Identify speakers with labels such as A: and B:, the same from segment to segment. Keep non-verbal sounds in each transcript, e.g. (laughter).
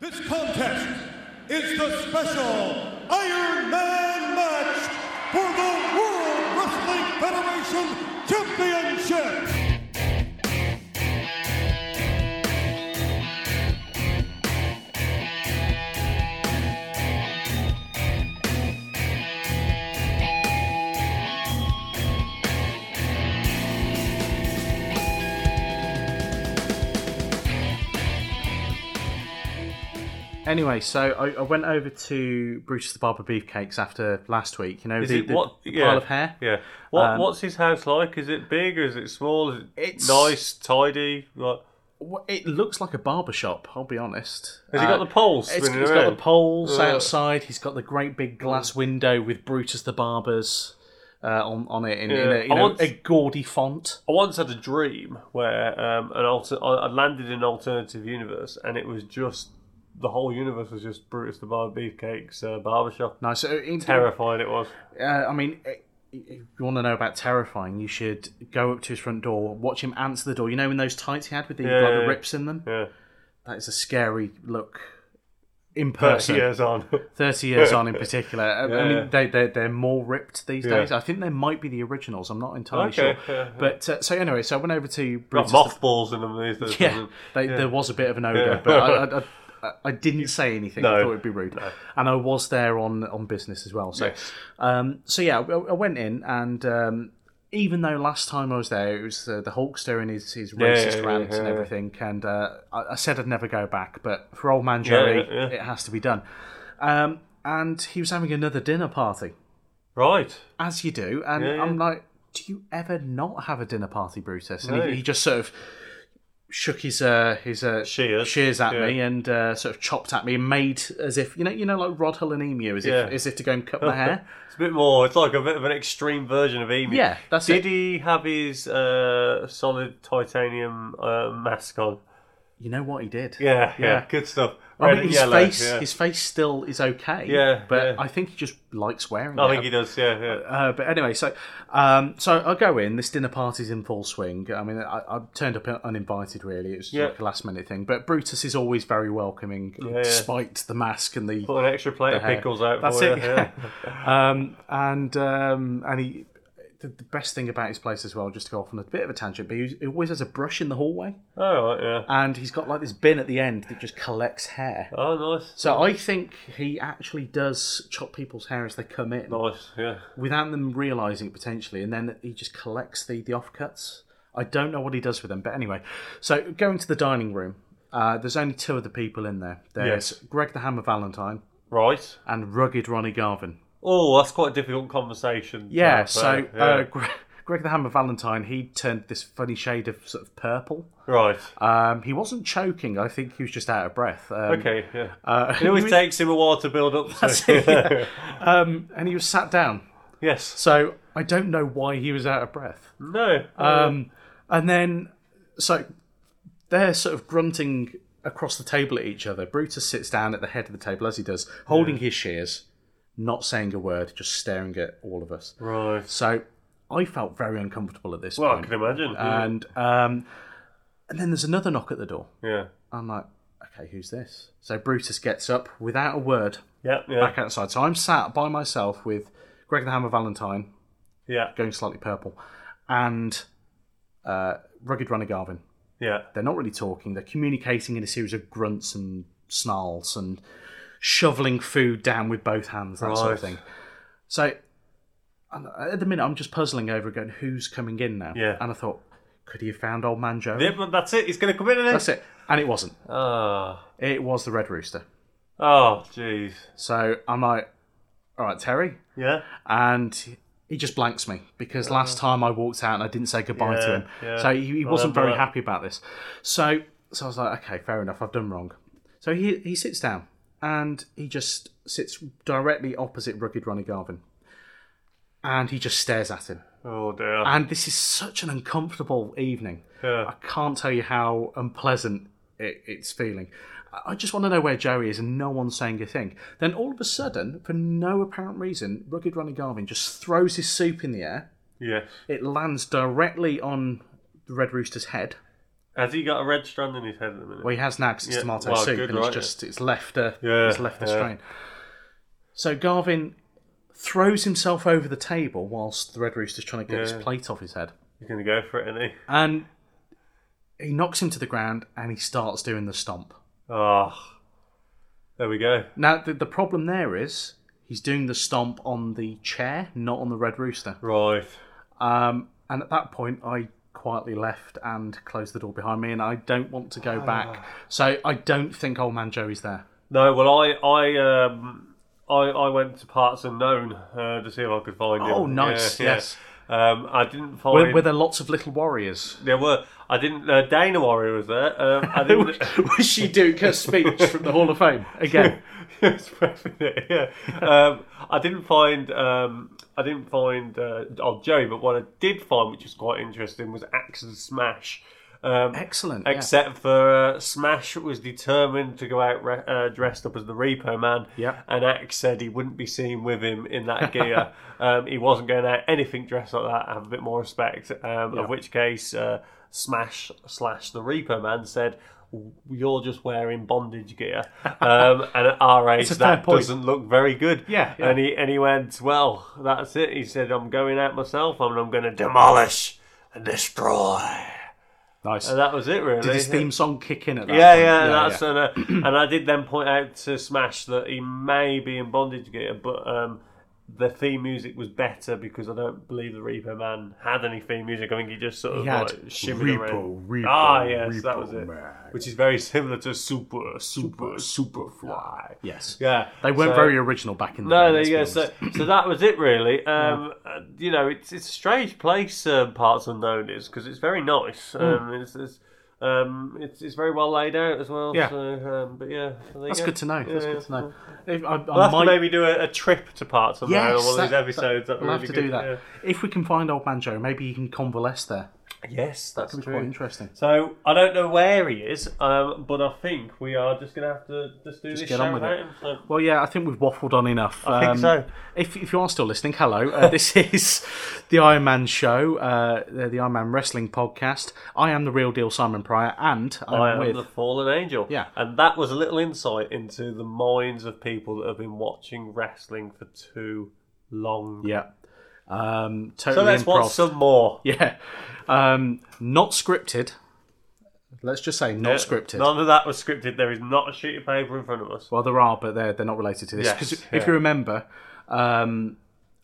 A: This contest is the special Iron Man match for the World Wrestling Federation Championship.
B: Anyway, so I, I went over to Bruce the Barber Beefcakes after last week. You know,
C: Is
B: the,
C: it
B: the-
C: what
B: the
C: yeah,
B: pile of hair.
C: Yeah. What
B: Um,
C: what's his house like? Is it big or is it small? Is it
B: It's-
C: nice, tidy? Like,
B: Wha- It looks like a barber shop. I'll be honest. Uh,
C: has he got the poles?
B: It's,
C: spinning
B: he's got
C: around? Mm.
B: the poles
C: Uh.
B: outside. He's got the great big glass window with Brutus the Barber's uh, on on it in, in
C: Yeah.
B: a, you
C: I
B: know,
C: want- Oh,
B: a gaudy font.
C: I once had a dream where um, an alter- I I landed in an alternative universe, and it was just the whole universe was just Brutus the Barber Beefcake's uh, barbershop.
B: Nice. So in,
C: Terrifying it was.
B: Uh, I mean, eh, if you want to know about terrifying, you should go up to his front door, watch him answer the door. You know, in those tights he had with the,
C: Yeah,
B: like,
C: yeah,
B: the
C: yeah.
B: rips in them.
C: Yeah,
B: That is a scary look. In
C: thirty
B: person,
C: (laughs) years on.
B: thirty years
C: (laughs)
B: on in particular. I- I
C: Yeah.
B: mean, they they they're more ripped these
C: Yeah.
B: days. I think there might be the originals. I'm not entirely
C: Okay,
B: sure.
C: yeah, yeah.
B: But uh, so anyway, so I went over to
C: got
B: Brutus. the-
C: (laughs) mothballs in them these (laughs) days.
B: yeah, they, there was a bit of an odor,
C: Yeah.
B: but I, I, I, I didn't say anything. I
C: No.
B: thought it'd be rude, and I was there on on business as well. So,
C: Yes.
B: um, so yeah, I, I went in, and um, even though last time I was there, it was uh, the Hulkster and his his racist
C: yeah,
B: rants and
C: yeah.
B: everything, and uh, I, I said I'd never go back, but for old man
C: Yeah,
B: Jerry,
C: yeah.
B: it has to be done. Um, and he was having another dinner party,
C: Right.
B: as you do, and
C: Yeah, yeah.
B: I'm like, do you ever not have a dinner party, Brutus? And
C: No.
B: he, he just sort of shook his uh, his uh,
C: Shears.
B: at
C: Yeah.
B: me and uh, sort of chopped at me and made as if you know you know like Rod Hull and Emu as
C: Yeah.
B: if as if to go and cut my
C: (laughs)
B: hair.
C: It's a bit more. It's like a bit of an extreme version of Emu.
B: Yeah, that's
C: Did
B: it.
C: he have his uh, solid titanium uh, mask on?
B: You know what he did?
C: Yeah, yeah,
B: Yeah.
C: good stuff.
B: I
C: Red
B: mean,
C: and
B: his
C: yellow,
B: face
C: yeah.
B: his face still is okay.
C: Yeah,
B: but
C: yeah.
B: I think he just likes wearing
C: I
B: it.
C: think he does. Yeah, yeah.
B: Uh, but anyway, so um, so I go in. This dinner party's in full swing. I mean, I, I turned up uninvited. Really, it was
C: Yeah.
B: like a last minute thing. But Brutus is always very welcoming,
C: yeah.
B: despite the mask and the
C: Put an extra plate of
B: hair.
C: pickles out
B: That's
C: for
B: it.
C: you.
B: (laughs)
C: Yeah.
B: um, and um, and he. The, the best thing about his place as well, just to go off on a bit of a tangent, but he, he always has a brush in the hallway,
C: All right. Yeah.
B: and he's got like this bin at the end that just collects hair.
C: Oh, nice.
B: So I think he actually does chop people's hair as they come in.
C: Nice. Yeah.
B: without them realizing it potentially, and then he just collects the the offcuts. I don't know what he does with them, but anyway. So going to the dining room, uh, there's only two of the people in there. There's
C: Yes.
B: Greg the Hammer Valentine
C: Right.
B: and rugged Ronnie Garvin.
C: Oh, that's quite a difficult conversation. to
B: Yeah.
C: have, eh?
B: so
C: yeah.
B: Uh, Greg, Greg the Hammer Valentine, he turned this funny shade of sort of purple.
C: right.
B: Um, he wasn't choking. I think he was just out of breath. Um,
C: okay. Yeah.
B: uh,
C: it
B: (laughs)
C: always
B: he-
C: takes him a while to build up.
B: That's
C: To.
B: it, yeah. um, and he was sat down.
C: (laughs) yes.
B: So I don't know why he was out of breath.
C: No.
B: Um, and then, so they're sort of grunting across the table at each other. Brutus sits down at the head of the table as he does, holding his shears, not saying a word, just staring at all of us.
C: right.
B: So I felt very uncomfortable at this
C: Well, I
B: point.
C: can imagine. yeah.
B: And um, and then there's another knock at the door.
C: yeah.
B: I'm like, okay, who's this? So Brutus gets up without a word
C: Yeah. Yeah.
B: back outside. So I'm sat by myself with Greg the Hammer Valentine,
C: Yeah.
B: going slightly purple, and uh, Rugged Runner Garvin.
C: Yeah.
B: They're not really talking. They're communicating in a series of grunts and snarls and shoveling food down with both hands, that sort
C: Right.
B: of thing. So and at the minute, I'm just puzzling over going, who's coming in now?
C: Yeah.
B: And I thought, could he have found old man Joe?
C: Yeah, but that's it. He's going to come in and
B: That's it. And it wasn't.
C: Oh,
B: It was the Red Rooster.
C: oh, jeez.
B: So I'm like, all right, Terry.
C: Yeah.
B: And he just blanks me because last time I walked out and I didn't say goodbye to
C: Uh. Yeah,
B: him.
C: yeah.
B: So he, he
C: I
B: wasn't very
C: remember that.
B: happy about this. So so I was like, okay, fair enough, I've done wrong. So he he sits down and he just sits directly opposite rugged Ronnie Garvin. And he just stares at him.
C: Oh dear.
B: And this is such an uncomfortable evening.
C: Yeah.
B: I can't tell you how unpleasant it, it's feeling. I- I just want to know where Joey is, and no one's saying a thing. Then all of a sudden, for no apparent reason, Rugged Ronnie Garvin just throws his soup in the air.
C: Yes.
B: It lands directly on the Red Rooster's head,
C: Has he got a red strand in his head at the minute?
B: Well, he has now 'cause it's
C: Yeah,
B: tomato
C: well,
B: soup,
C: good,
B: and
C: right?
B: it's just it's left a
C: Yeah,
B: it's left a
C: yeah.
B: strain. So Garvin throws himself over the table whilst the Red Rooster's trying to get
C: Yeah.
B: his plate off his head,
C: He's going to go for it, isn't he?
B: and he knocks him to the ground, and he starts doing the stomp.
C: Oh, there we go.
B: Now the, the problem there is he's doing the stomp on the chair, not on the Red Rooster.
C: Right.
B: Um, and at that point, I quietly left and closed the door behind me, and I don't want to
C: Ah.
B: go back. So I don't think Old Man Joey's there.
C: No, well, I, I, um, I, I went to parts unknown uh, to see if I could find him.
B: Oh, nice,
C: Yeah, yeah.
B: yes.
C: Um, I didn't find.
B: Were, were there lots of little
C: (laughs)
B: warriors?
C: There were. I didn't. Uh, Dana Warrior was there. Um,
B: (laughs)
C: I didn't. (laughs)
B: Was she Duke her speech from the Hall of Fame again?
C: Yes, perfect, yeah. Um, I didn't find um, I didn't find uh, old Joey, but what I did find, which was quite interesting, was Axe and Smash. Um,
B: Excellent. yeah.
C: Except for uh, Smash was determined to go out re- uh, dressed up as the Repo Man.
B: Yeah.
C: And Axe said he wouldn't be seen with him
B: (laughs)
C: in that gear. um, he wasn't going out anything dressed like that. Have a bit more respect. Um, Of which case, uh, Smash slash the Repo Man said. You're just wearing
B: (laughs)
C: bondage gear, um, and at our age,
B: a fair
C: that
B: point.
C: doesn't look very good.
B: Yeah, yeah.
C: and he and he went, well, that's it. He said, I'm going out myself, and I'm going to demolish and destroy.
B: Nice.
C: And that was it, really.
B: Did his theme song kick in at that?
C: yeah,
B: point?
C: yeah, that's And, uh, (clears throat) and I did then point out to Smash that he may be in bondage gear, but um, the theme music was better because I don't believe the Repo Man had any theme music. I think he just sort of
B: He had
C: like, shimmered
B: Repo,
C: around.
B: Repo,
C: ah, yes, that
B: Repo
C: was it.
B: Man.
C: Which is very similar to Super, Super, Superfly.
B: Yes.
C: Yeah,
B: They weren't
C: so-
B: very original back in the
C: no,
B: day,
C: there
B: let's
C: you
B: be
C: go.
B: honest.
C: So, so that was it, really. Um, uh, You know, it's it's a strange place. Um, parts unknown is because it's very nice.
B: Hmm.
C: Um, it's, it's, um, it's it's very well laid out as well.
B: Yeah.
C: So, um, but yeah, so there
B: That's
C: you go.
B: good to know.
C: Yeah,
B: That's
C: yeah.
B: good to know. If I, I
C: We'll have
B: might-
C: to maybe do a, a trip to parts unknown
B: Yes,
C: on one of these
B: that-
C: episodes. That'd be
B: we'll have
C: really
B: to
C: good,
B: do that.
C: yeah.
B: If we can find Old Man Joe, maybe he can convalesce there.
C: Yes, that's
B: Could be
C: true.
B: quite interesting.
C: So I don't know where he is, um, but I think we are just gonna have to just do this
B: get
C: show
B: on with
C: without
B: it.
C: him, so-
B: Well, yeah, I think we've waffled on enough. I
C: think so.
B: If, if you are still listening, hello.
C: (laughs)
B: Uh, this is the Iron Man Show, uh, the Iron Man Wrestling Podcast. I am the real deal Simon Pryor, and I'm
C: I am
B: with.
C: the fallen angel.
B: Yeah.
C: And that was a little insight into the minds of people that have been watching wrestling for too long.
B: (laughs) Yeah. Um,
C: So
B: totally
C: let's watch
B: improv.
C: some more.
B: (laughs) yeah. Um, not scripted. Let's just say not scripted.
C: None of that was scripted. There is not a sheet of paper in front of us.
B: Well, there are, but they're they're not related to this.
C: Yes,
B: Because
C: yeah.
B: if you remember, um,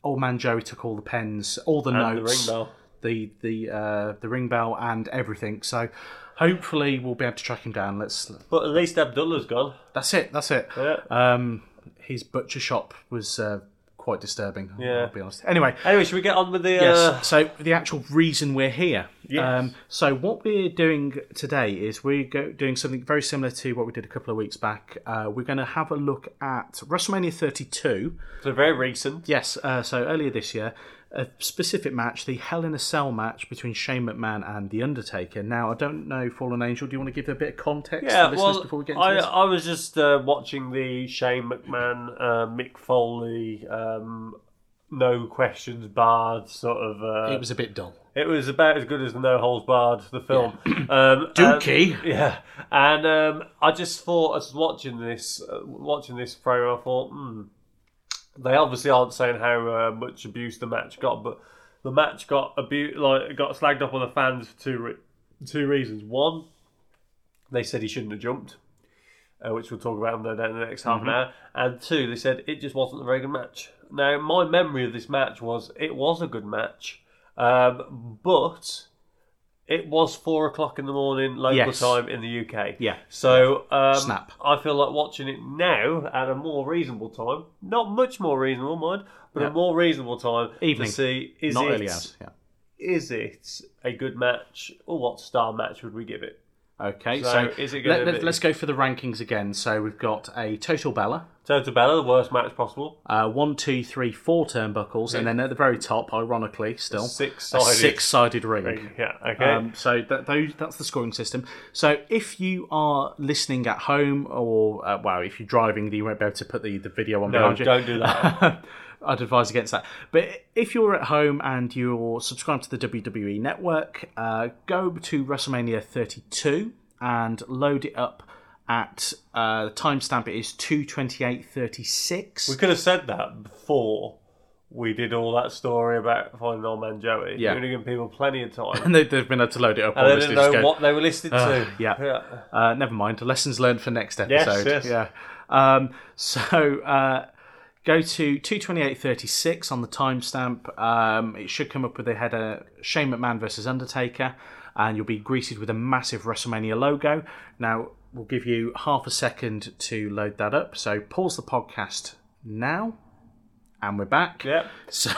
B: old man Joey took all the pens, all the
C: And the ring
B: notes,
C: bell.
B: the the uh, the ring bell, and everything. So hopefully we'll be able to track him down. Let's.
C: But at least Abdullah's gone.
B: That's it. That's it.
C: Yeah.
B: Um, his butcher shop was uh, quite disturbing.
C: Yeah.
B: I'll be honest. Anyway.
C: Anyway, should we get on with the.
B: Yes.
C: Uh,
B: so the actual reason we're here. Um,
C: Yes.
B: so what we're doing today is we're go- doing something very similar to what we did a couple of weeks back. Uh, we're going to have a look at WrestleMania 32.
C: so very recent.
B: Yes. Uh, so earlier this year, a specific match, the Hell in a Cell match between Shane McMahon and The Undertaker. Now I don't know, Fallen Angel. Do you want to give a bit of context, to
C: Yeah,
B: listeners,
C: well,
B: before we get into
C: I,
B: this?
C: I was just uh, watching the Shane McMahon, uh, Mick Foley, um, no questions barred sort of. Uh,
B: it was a bit dull.
C: It was about as good as No Holds Barred, the film. Um,
B: Dookie.
C: and- yeah, and um, I just thought, as watching this, uh, watching this promo, I thought, hmm, they obviously aren't saying how uh, much abuse the match got, but the match got abu- like got slagged off on the fans for two re- two reasons. One, they said he shouldn't have jumped, uh, which we'll talk about in the, in the next half
B: Mm-hmm.
C: an hour. And two, they said it just wasn't a very good match. Now, my memory of this match was it was a good match, um, but it was four o'clock in the morning local
B: Yes.
C: time in the UK.
B: Yeah.
C: So um,
B: Snap.
C: I feel like watching it now at a more reasonable time, not much more reasonable, mind, but a
B: Yeah.
C: more reasonable time
B: Evening.
C: to see is
B: Not
C: it
B: early hours. Yeah.
C: is it a good match or what star match would we give it?
B: Okay,
C: So
B: so,
C: is it gonna
B: let,
C: be-
B: us go for the rankings again. So we've got a total Bella,
C: Toe to Bella, the worst match possible.
B: Uh, one, two, three, four turnbuckles, and then at the very top, ironically, still
C: Six-sided.
B: a six-sided ring.
C: Yeah, okay.
B: Um, so that, those, that's the scoring system. So if you are listening at home, or uh, well, if you're driving, you won't be able to put the, the video on
C: no,
B: behind you.
C: don't do that.
B: (laughs) I'd advise against that. But if you're at home and you're subscribed to the WWE Network, uh, go to WrestleMania 32 and load it up at uh, the timestamp. It is
C: we
B: 228.36.
C: could have said that before we did all that story about finding old man Joey.
B: Yeah.
C: We would have given people plenty of time.
B: (laughs) And they, they've been able to load it up.
C: and they
B: obviously,
C: didn't
B: just
C: know
B: go,
C: what they were listening to.
B: yeah. Uh, never mind. Lessons learned for next
C: Yes,
B: episode.
C: yes.
B: Yeah. Um, so uh, go to 228.36 on the timestamp. Um, it should come up with the header Shane McMahon versus Undertaker, and you'll be greeted with a massive WrestleMania logo. Now, we'll give you half a second to load that up. So pause the podcast now, and we're back.
C: Yep.
B: (laughs) So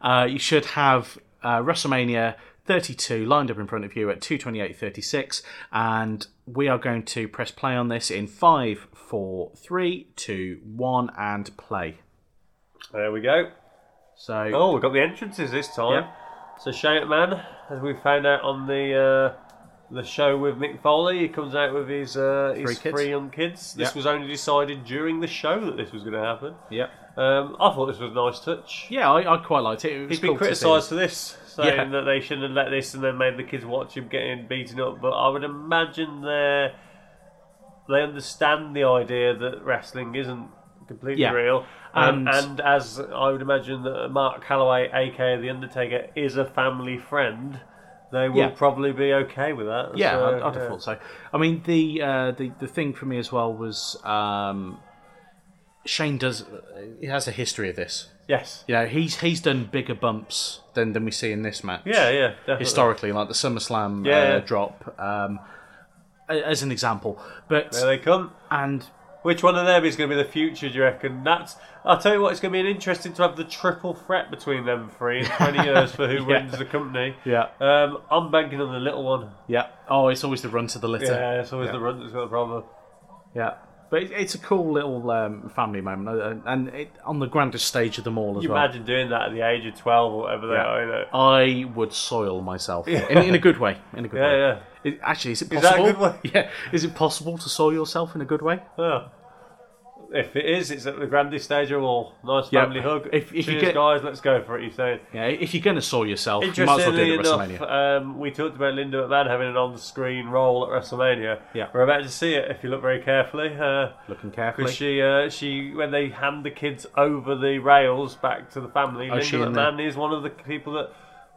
B: uh, you should have uh, WrestleMania 32 lined up in front of you at 228.36, and we are going to press play on this in five, four, three, two, one, and play.
C: There we go.
B: So
C: Oh, we've got the entrances this time.
B: Yeah.
C: So Shane Man, as we found out on the uh, the show with Mick Foley, he comes out with his uh, his
B: Three kids.
C: three young kids. This
B: Yeah.
C: was only decided during the show that this was going to happen.
B: yeah,
C: Um, I thought this was a nice touch.
B: yeah, I, I quite liked it. it was
C: He's
B: cool
C: been
B: to see.
C: criticised for this, saying
B: Yeah.
C: that they shouldn't have let this, and then made the kids watch him getting beaten up. But I would imagine they they understand the idea that wrestling isn't completely
B: Yeah.
C: real, and,
B: And-
C: and as I would imagine that Mark Calloway, aka the Undertaker, is a family friend, they will
B: Yeah.
C: probably be okay with that.
B: Yeah,
C: So,
B: I'd, I'd have thought so. I mean, the uh, the the thing for me as well was um, Shane does he has a history of this.
C: Yes.
B: You know, he's he's done bigger bumps than than we see in this match.
C: Yeah, yeah, definitely.
B: historically, like the SummerSlam
C: Yeah,
B: uh,
C: yeah.
B: drop, um, a- as an example. But
C: There they come.
B: and
C: Which one of them is going to be the future, do you reckon? That's. I'll tell you what, it's going to be interesting to have the triple threat between them three
B: (laughs)
C: in 20 years for who wins the company.
B: Yeah.
C: Um, I'm banking on the little one.
B: yeah, oh, it's always the run to the litter.
C: Yeah, it's always the run that's got the problem.
B: Yeah, but it, it's a cool little um, family moment, uh, and it, on the grandest stage of them all as
C: You
B: well.
C: imagine doing that at the age of 12 or whatever they
B: Yeah.
C: are, you know.
B: I would soil myself in, in a good way. In a good
C: (laughs) Yeah,
B: way.
C: yeah.
B: It- actually, is it
C: that a
B: possible?
C: good way?
B: (laughs) Yeah, is it possible to soil yourself in a good way?
C: Oh. If it is, it's at the grandest stage of all. Nice
B: Yep.
C: family hug.
B: If- if you
C: Cheers,
B: get-
C: guys, let's go for it, you say.
B: Yeah, if you're going to soil yourself, you might as well do
C: Interestingly
B: it at
C: enough,
B: WrestleMania.
C: um, we talked about Linda McMahon having an on-screen role at WrestleMania.
B: Yeah.
C: we're about to see it if you look very carefully. Uh,
B: Looking carefully.
C: because she, uh, she, when they hand the kids over the rails back to the family,
B: Oh, is she
C: Linda
B: in there?
C: McMahon is one of the people that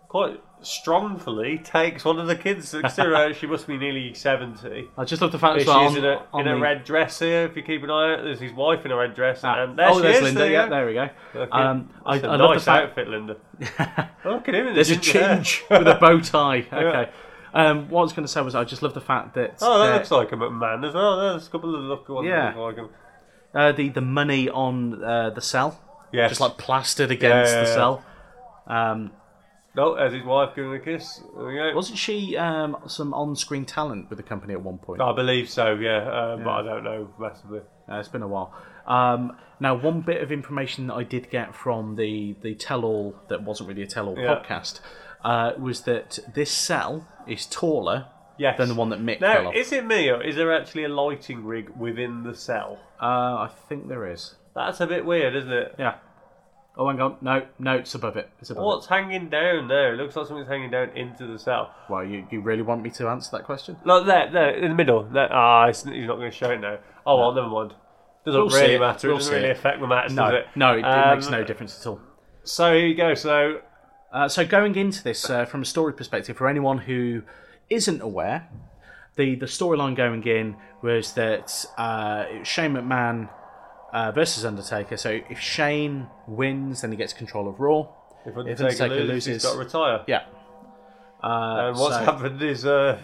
C: quite strongfully takes one of the kids. Consider
B: (laughs)
C: her, she must be nearly seventy.
B: I just love the fact
C: She's
B: that on,
C: in a,
B: on
C: in a
B: the-
C: red dress here. If you keep an eye out, there's his wife in a red dress,
B: Ah,
C: and Um, there
B: oh,
C: she
B: there's
C: is.
B: Linda.
C: there you
B: yeah,
C: go.
B: there we go.
C: Okay.
B: Um, I,
C: That's a
B: I
C: nice
B: love the fact
C: outfit, Linda. (laughs) Oh, look at him. in
B: (laughs)
C: the
B: there's a
C: ginger hair. (laughs)
B: change with a bow tie. Okay. Um, what I was going to say was I just love the fact that,
C: Oh, that
B: uh,
C: looks like a man as well. There's a couple of look ones
B: Yeah.
C: that look like him.
B: uh, the the money on uh, the cell,
C: Yes.
B: just like plastered against
C: Yeah, yeah,
B: the
C: yeah.
B: cell. Um,
C: no, Oh, there's his wife giving a kiss. There we go.
B: wasn't she um, some on-screen talent with the company at one point?
C: I believe so, yeah, um, but I don't know massively.
B: Uh, it's been a while. Um, now, one bit of information that I did get from the the tell-all that wasn't really a tell-all
C: Yeah.
B: podcast uh, was that this cell is taller
C: Yes.
B: than the one that Mick fell
C: Now,
B: off.
C: is it me or is there actually a lighting rig within the cell?
B: Uh, I think there is.
C: That's a bit weird, isn't it?
B: Yeah. Oh, hang on. No, no, it's above it. It's above it.
C: What's hanging down there? It looks like something's hanging down into the cell.
B: Well, you, you really want me to answer that question?
C: Look, there, there, in the middle. There- Ah, it's he's not going to show it now. Oh, well, never mind. Doesn't
B: We'll see
C: really
B: it.
C: matter.
B: We'll
C: it doesn't
B: see
C: really
B: it.
C: affect the match,
B: No,
C: does it?
B: no, it, it
C: Um,
B: makes no difference at all.
C: So here you go. So
B: Uh, so going into this uh, from a story perspective, for anyone who isn't aware, the the storyline going in was that uh, it was Shane McMahon uh, versus Undertaker. So if Shane wins, then he gets control of Raw.
C: if
B: If
C: Undertaker,
B: Undertaker
C: loses, he's
B: loses-
C: got to retire.
B: Yeah. Uh,
C: And what's
B: so,
C: happened is uh,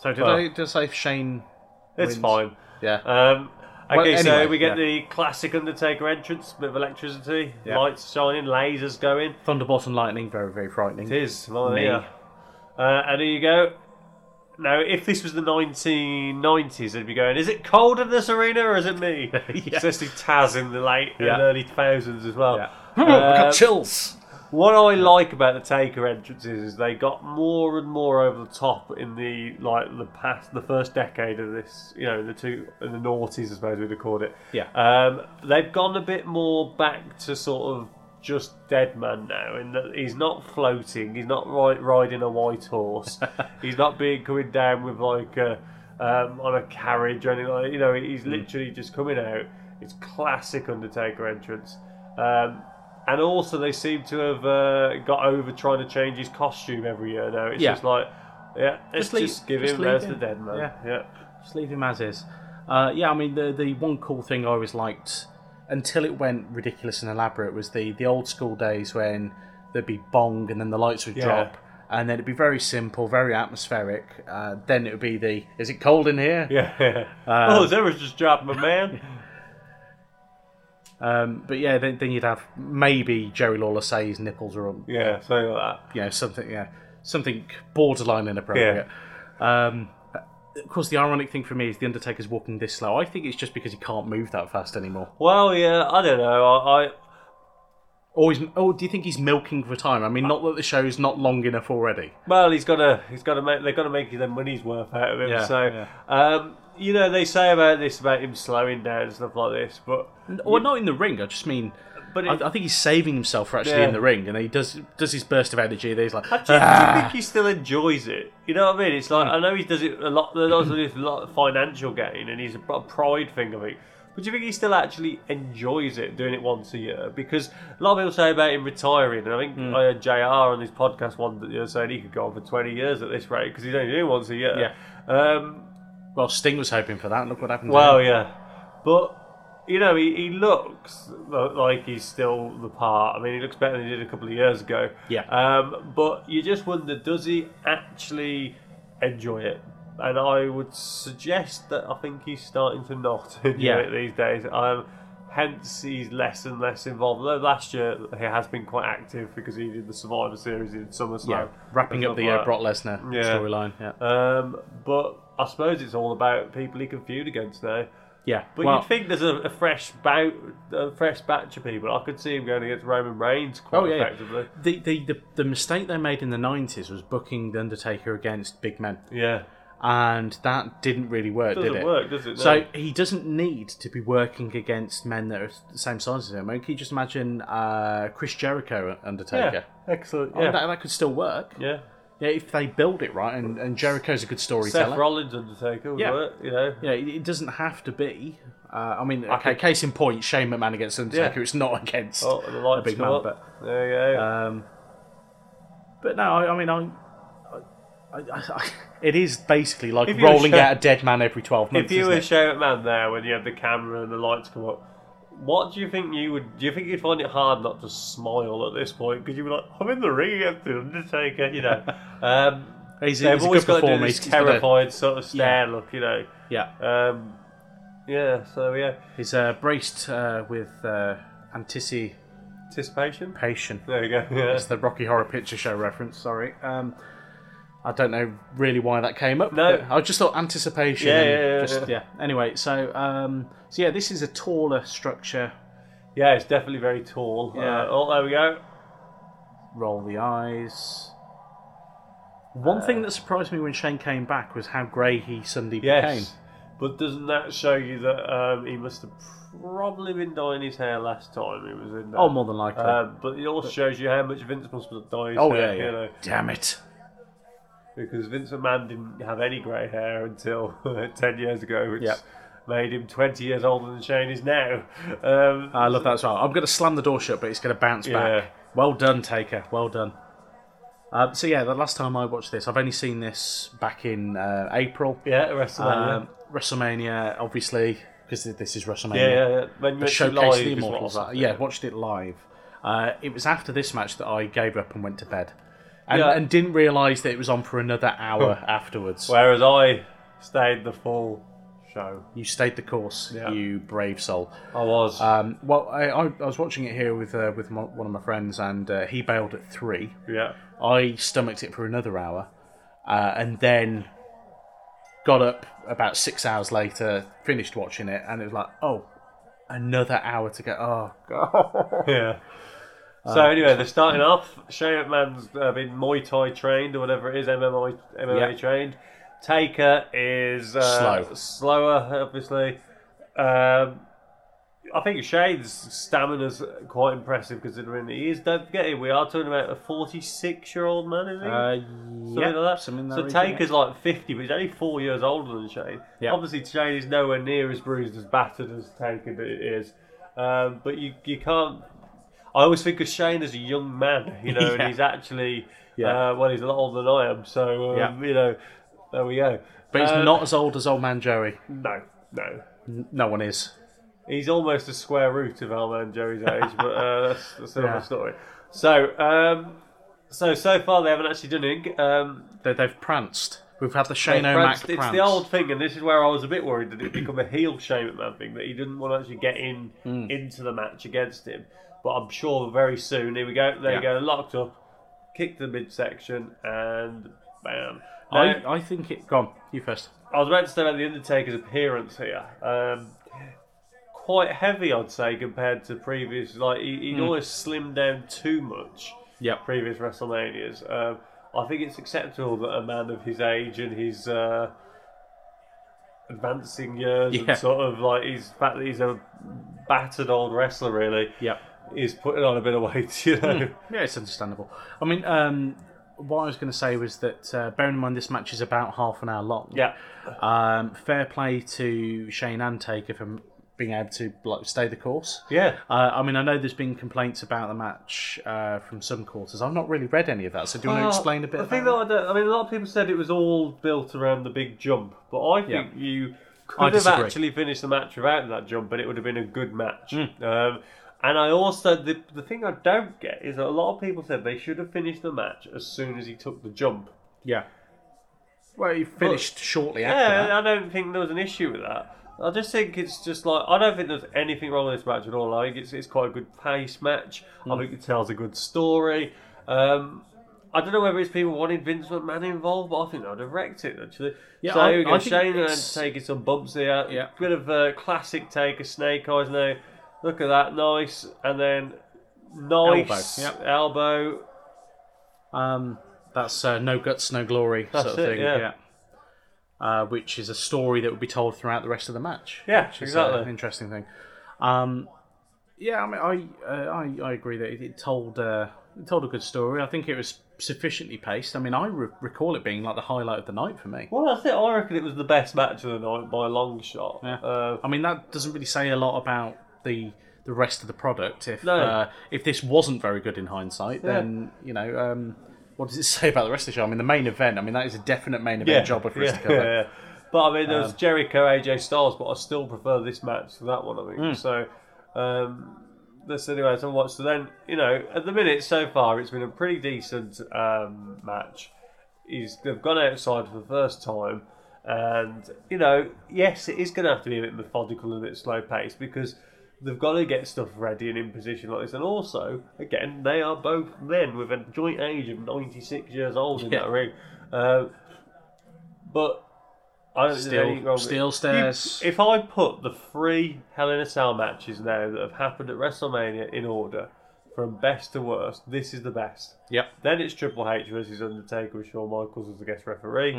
B: So did
C: well-
B: I did I say Shane?
C: it's
B: Wins.
C: fine.
B: Yeah.
C: Um, okay,
B: Well, anyway,
C: so we get
B: yeah.
C: the classic Undertaker entrance, bit of electricity,
B: Yeah.
C: lights shining, lasers going.
B: Thunderbolt and lightning, very very frightening.
C: It is, well,
B: Me.
C: yeah. Uh, and here you go. Now, if this was the 1990s, they'd be going, "Is it cold in this arena, or is it me?"
B: (laughs) Yeah.
C: Especially Taz in the late
B: Yeah.
C: and early 2000s as well. (laughs)
B: Yeah.
D: I've
C: Um,
B: uh,
D: got chills.
C: What I like about the Taker entrances is they got more and more over the top in the like the past the first decade of this, you know, the two the noughties, I suppose we'd have called it.
B: Yeah. uh,
C: Um, they've gone a bit more back to sort of just dead man now, in that he's not floating, he's not ri- riding a white
B: (laughs)
C: horse, he's not being coming down with like a, um, on a carriage or anything. Like, you know, he's
B: Mm.
C: literally just coming out. It's classic Undertaker entrance. Um, and also, they seem to have uh, got over trying to change his costume every year now. It's
B: Yeah.
C: just like, yeah,
B: Just
C: let's just,
B: leave-
C: give
B: just
C: him
B: leave
C: there's
B: him.
C: the dead man.
B: Yeah.
C: yeah. (laughs)
B: Just leave him as is. Uh, yeah, I mean the the one cool thing I always liked until it went ridiculous and elaborate was the the old school days when there'd be bong and then the lights would
C: Yeah.
B: drop and then it'd be very simple, very atmospheric. Uh, then it would be the is it cold in here?
C: Yeah. oh, is everyone's just dropping my
B: (laughs)
C: man?
B: Um, but yeah, then, then you'd have maybe Jerry Lawler say his nipples are on,
C: yeah, uh, something like that.
B: you know something yeah something borderline inappropriate. Um, of course, the ironic thing for me is the Undertaker's walking this slow. I think it's just because he can't move that fast anymore.
C: Well, yeah, I don't know. I, I
B: Or he's, oh, do you think he's milking for time? I mean, not that the show's not long enough already.
C: well, he's got to, he's got to make, they've got to make their money's worth out of him.
B: Yeah,
C: so,
B: yeah.
C: um, you know, they say about this about him slowing down and stuff like this, but
B: Or not in the ring. I just mean,
C: but
B: I, I think he's saving himself for actually
C: Yeah.
B: in the ring, and he does does his burst of energy. and He's like,
C: I do,
B: "Ah."
C: think he still enjoys it. You know what I mean? It's like I know he does it a lot. There's also this lot of financial gain, and he's a pr- pride thing of it. But do you think he still actually enjoys it doing it once a year? Because a lot of people say about him retiring, and I think I heard Jr. on his podcast one that you know, saying he could go on for 20 years at this rate because he's only doing it once a year. Yeah. Um,
B: well, Sting was hoping for that. and Look what happened. to
C: well,
B: him.
C: yeah, but you know, he, he looks lo- like he's still the part. I mean, he looks better than he did a couple of years ago.
B: Yeah.
C: Um, but you just wonder, does he actually enjoy it? And I would suggest that I think he's starting to not (laughs) enjoy
B: Yeah.
C: it these days. Um, hence, he's less and less involved. Though last year he has been quite active because he did the Survivor Series in SummerSlam.
B: yeah. Wrapping
C: and
B: up
C: stuff
B: the
C: like
B: uh,
C: that.
B: Brock Lesnar
C: Yeah.
B: storyline. Yeah,
C: Um, but I suppose it's all about people he can feud against now.
B: yeah.
C: But
B: well,
C: you'd think there's a, a fresh bout, a fresh batch of people. I could see him going against Roman Reigns quite
B: Oh, yeah, yeah.
C: effectively.
B: the, the the the mistake they made in the nineties was booking the Undertaker against big men,
C: Yeah,
B: and that didn't really work,
C: doesn't
B: did it?
C: work, does it?
B: So he doesn't need to be working against men that are the same size as him. I mean, can you just imagine uh, Chris Jericho and
C: yeah,
B: Undertaker?
C: excellent.
B: I mean,
C: Yeah,
B: that, that could still work.
C: yeah.
B: Yeah, if they build it right, and, and Jericho's a good
C: Seth
B: storyteller.
C: Rollins Undertaker would
B: Yeah.
C: work. You know,
B: yeah, it, it doesn't have to be. Uh, I mean, okay, case in point, Shane McMahon against Undertaker.
C: Yeah.
B: It's not against.
C: oh, the lights
B: big
C: come
B: man,
C: up.
B: but-
C: there you go.
B: Um, but no, I, I mean, I, I, I, I, (laughs) it is basically like
C: If you were
B: rolling
C: Shane-
B: out a dead man every twelve months.
C: if you
B: isn't
C: were
B: it?
C: Shane McMahon there when you had the camera and the lights come up, what do you think you would? Do you think you'd find it hard not to smile at this point because you were like, "I'm in the ring against the Undertaker," you
B: (laughs)
C: know? um,
B: he's, he's
C: they've
B: a
C: always
B: good
C: got to do
B: performer.
C: this
B: he's got a-
C: terrified sort of stare look, you know.
B: yeah,
C: Um, yeah, so yeah,
B: he's uh, braced uh, with uh, anticipation.
C: anticipation. There you go. (laughs) Yeah.
B: That's the Rocky Horror Picture Show reference. Sorry. Um, I don't know really why that came up.
C: No.
B: but I just thought anticipation.
C: Yeah,
B: and
C: yeah, yeah,
B: just, yeah. Anyway, so um, so yeah, this is a taller structure.
C: Yeah, it's definitely very tall.
B: Yeah.
C: Uh, oh, there we go.
B: Roll the eyes. One thing that surprised me when Shane came back was how grey he suddenly became.
C: Uh, Yes. But doesn't that show you that um, he must have probably been dyeing his hair last time he was in there?
B: Oh, more than likely.
C: Um, but it also shows you how much Vince must have dyed his
B: oh yeah,
C: hair,
B: yeah.
C: you know,
B: Damn it.
C: because Vince McMahon didn't have any grey hair until (laughs) ten years ago, which
B: Yep.
C: made him twenty years older than Shane is now. Um,
B: I love that as well. I'm going to slam the door shut, but it's going to bounce
C: Yeah.
B: back. Well done, Taker. Well done. Uh, so yeah, the last time I watched this, I've only sseen this back in uh, April.
C: yeah, uh, WrestleMania.
B: Um, WrestleMania, obviously, because this is WrestleMania.
C: yeah, yeah, yeah. When you
B: The
C: went to
B: showcase
C: live
B: of the
C: is what
B: Immortals.
C: was happening.
B: Yeah, watched it live. Uh, it was after this match that I gave up and went to bed, and,
C: Yeah.
B: and didn't realise that it was on for another hour afterwards.
C: Whereas I stayed the full show.
B: you stayed the course,
C: Yeah.
B: you brave soul.
C: I was.
B: Um, well, I, I, I was watching it here with uh, with mo- one of my friends, and uh, he (laughs) bailed at three.
C: yeah.
B: I stomached it for another hour, uh, and then Got up about six hours later, finished watching it, and it was like, oh, another hour to go. Oh god.
C: Yeah. So
B: Uh,
C: anyway, they're starting off. Shane McMahon's uh, been Muay Thai trained or whatever it is, MMA MMA
B: Yeah.
C: trained. Taker is uh,
B: Slow.
C: slower, obviously. Um, I think Shane's stamina's quite impressive considering he is. Don't forget, it, we are talking about a 46-year-old man, is he?
D: Uh,
C: Something like that.
B: something in that
C: so
B: region,
C: Taker's like 50, but he's only four years older than Shane.
D: Yeah.
C: Obviously, Shane is nowhere near as bruised, as battered as Taker is. Um, but you, you can't. I always think of Shane as a young man, you
B: (laughs)
C: know, and
B: Yeah.
C: he's actually,
B: Yeah.
C: uh, well, he's a lot older than I am. So, um,
B: Yeah.
C: you know, there we go.
B: But he's
C: Uh,
B: not as old as old man Joey.
C: No, no.
B: N- No one is.
C: He's almost a square root of Alma and Jerry's age, but uh, that's, that's another
B: Yeah.
C: story. So, um, so so far they haven't actually done it. Um,
B: They, they've pranced. We've had the Shane
C: Yeah,
B: O'Mac
C: Prance-
B: prance.
C: It's the old thing, and this is where I was a bit worried that it become a heel Shane McMahon thing that he didn't want to actually get in
B: Hmm.
C: into the match against him. But I'm sure very soon. Here we go. There
B: Yeah.
C: you go. Locked up, kicked the midsection, and bam. Now, I,
B: I, I think it. Gone. You first.
C: was about to say about the Undertaker's appearance here. Um, quite heavy, I'd say, compared to previous. Like he, he'd always slimmed down too much
B: Hmm. Yep.
C: previous WrestleManias. Um, I think it's acceptable that a man of his age and his uh, advancing years
B: Yeah.
C: and sort of like his fact that he's a battered old wrestler really
B: Yep. Hmm.
C: is putting on a bit of weight, (laughs) you know.
B: Yeah, it's understandable. I mean, um, what I was going to say was that uh, bearing in mind this match is about half an hour long.
C: Yeah,
B: Um, fair play to Shane and Taker for being able to like stay the course.
C: yeah.
B: Uh, I mean, I know there's been complaints about the match uh, from some quarters. I've not really read any of that, so do you want to explain a bit?
C: I
B: about
C: think
B: that?
C: Uh, that I, don't, I mean, a lot of people said it was all built around the big jump, but I think you could
B: I
C: have
B: disagree.
C: actually finished the match without that jump, and it would have been a good match.
B: Hmm.
C: Um, and I also the the thing I don't get is that a lot of people said they should have finished the match as soon as he took the jump.
B: Yeah. Well, he finished shortly after
C: Yeah, I don't think there was an issue with that. I just think it's just like I don't think there's anything wrong with this match at all. I think it's it's quite a good pace match.
B: Hmm.
C: I think it tells a good story. Um, I don't know whether it's people wanting Vince McMahon involved, but I think they'd have wrecked it actually.
B: Yeah,
C: so
B: I-
C: here we go.
B: I think
C: Shane and
B: it's-
C: taking some bumps here.
B: Yeah.
C: Bit of a classic take of snake eyes now. Look at that, nice, and then nice
B: Elbow,
C: elbow.
B: that. Um, that's uh, no guts, no glory
C: That's
B: sort of
C: it,
B: thing.
C: yeah.
B: Uh, which is a story that will be told throughout the rest of the match.
C: Yeah,
B: which is,
C: exactly.
B: uh, an interesting thing. Um, yeah, I mean, I uh, I, I agree that it, it told uh, it told a good story. I think it was sufficiently paced. I mean, I re- recall it being like the highlight of the night for me.
C: Well, that's it. I reckon it was the best match of the night by a long shot.
B: Yeah.
C: Uh,
B: I mean, that doesn't really say a lot about the the rest of the product. If
C: No.
B: uh, if this wasn't very good in hindsight, then you know. Um, what does it (laughs) say about the rest of the show? I mean, the main event. I mean, that is a definite main event jobber for us to Um, cover.
C: (laughs) yeah. But I mean, there was Jericho AJ Styles, but I still prefer this match to that one. I think
B: Mm.
C: so. Um, that's anyway. So watch. So then, you know, at the minute so far, it's been a pretty decent um, match. He's they've gone outside for the first time, and you know, yes, it is going to have to be a bit methodical and a bit slow paced because. They've got to get stuff ready and in position like this, and also, again, they are both men with a joint age of ninety-six years old in
B: Yeah.
C: that ring. Um, but I don't think
B: Steel-
C: there's anything wrong with
B: steel
C: it.
B: stairs.
C: You- if I put the three Hell in a Cell matches now that have happened at WrestleMania in order, from best to worst, this is the best.
B: Yep.
C: Then it's Triple H versus Undertaker with Shawn Michaels as the guest referee.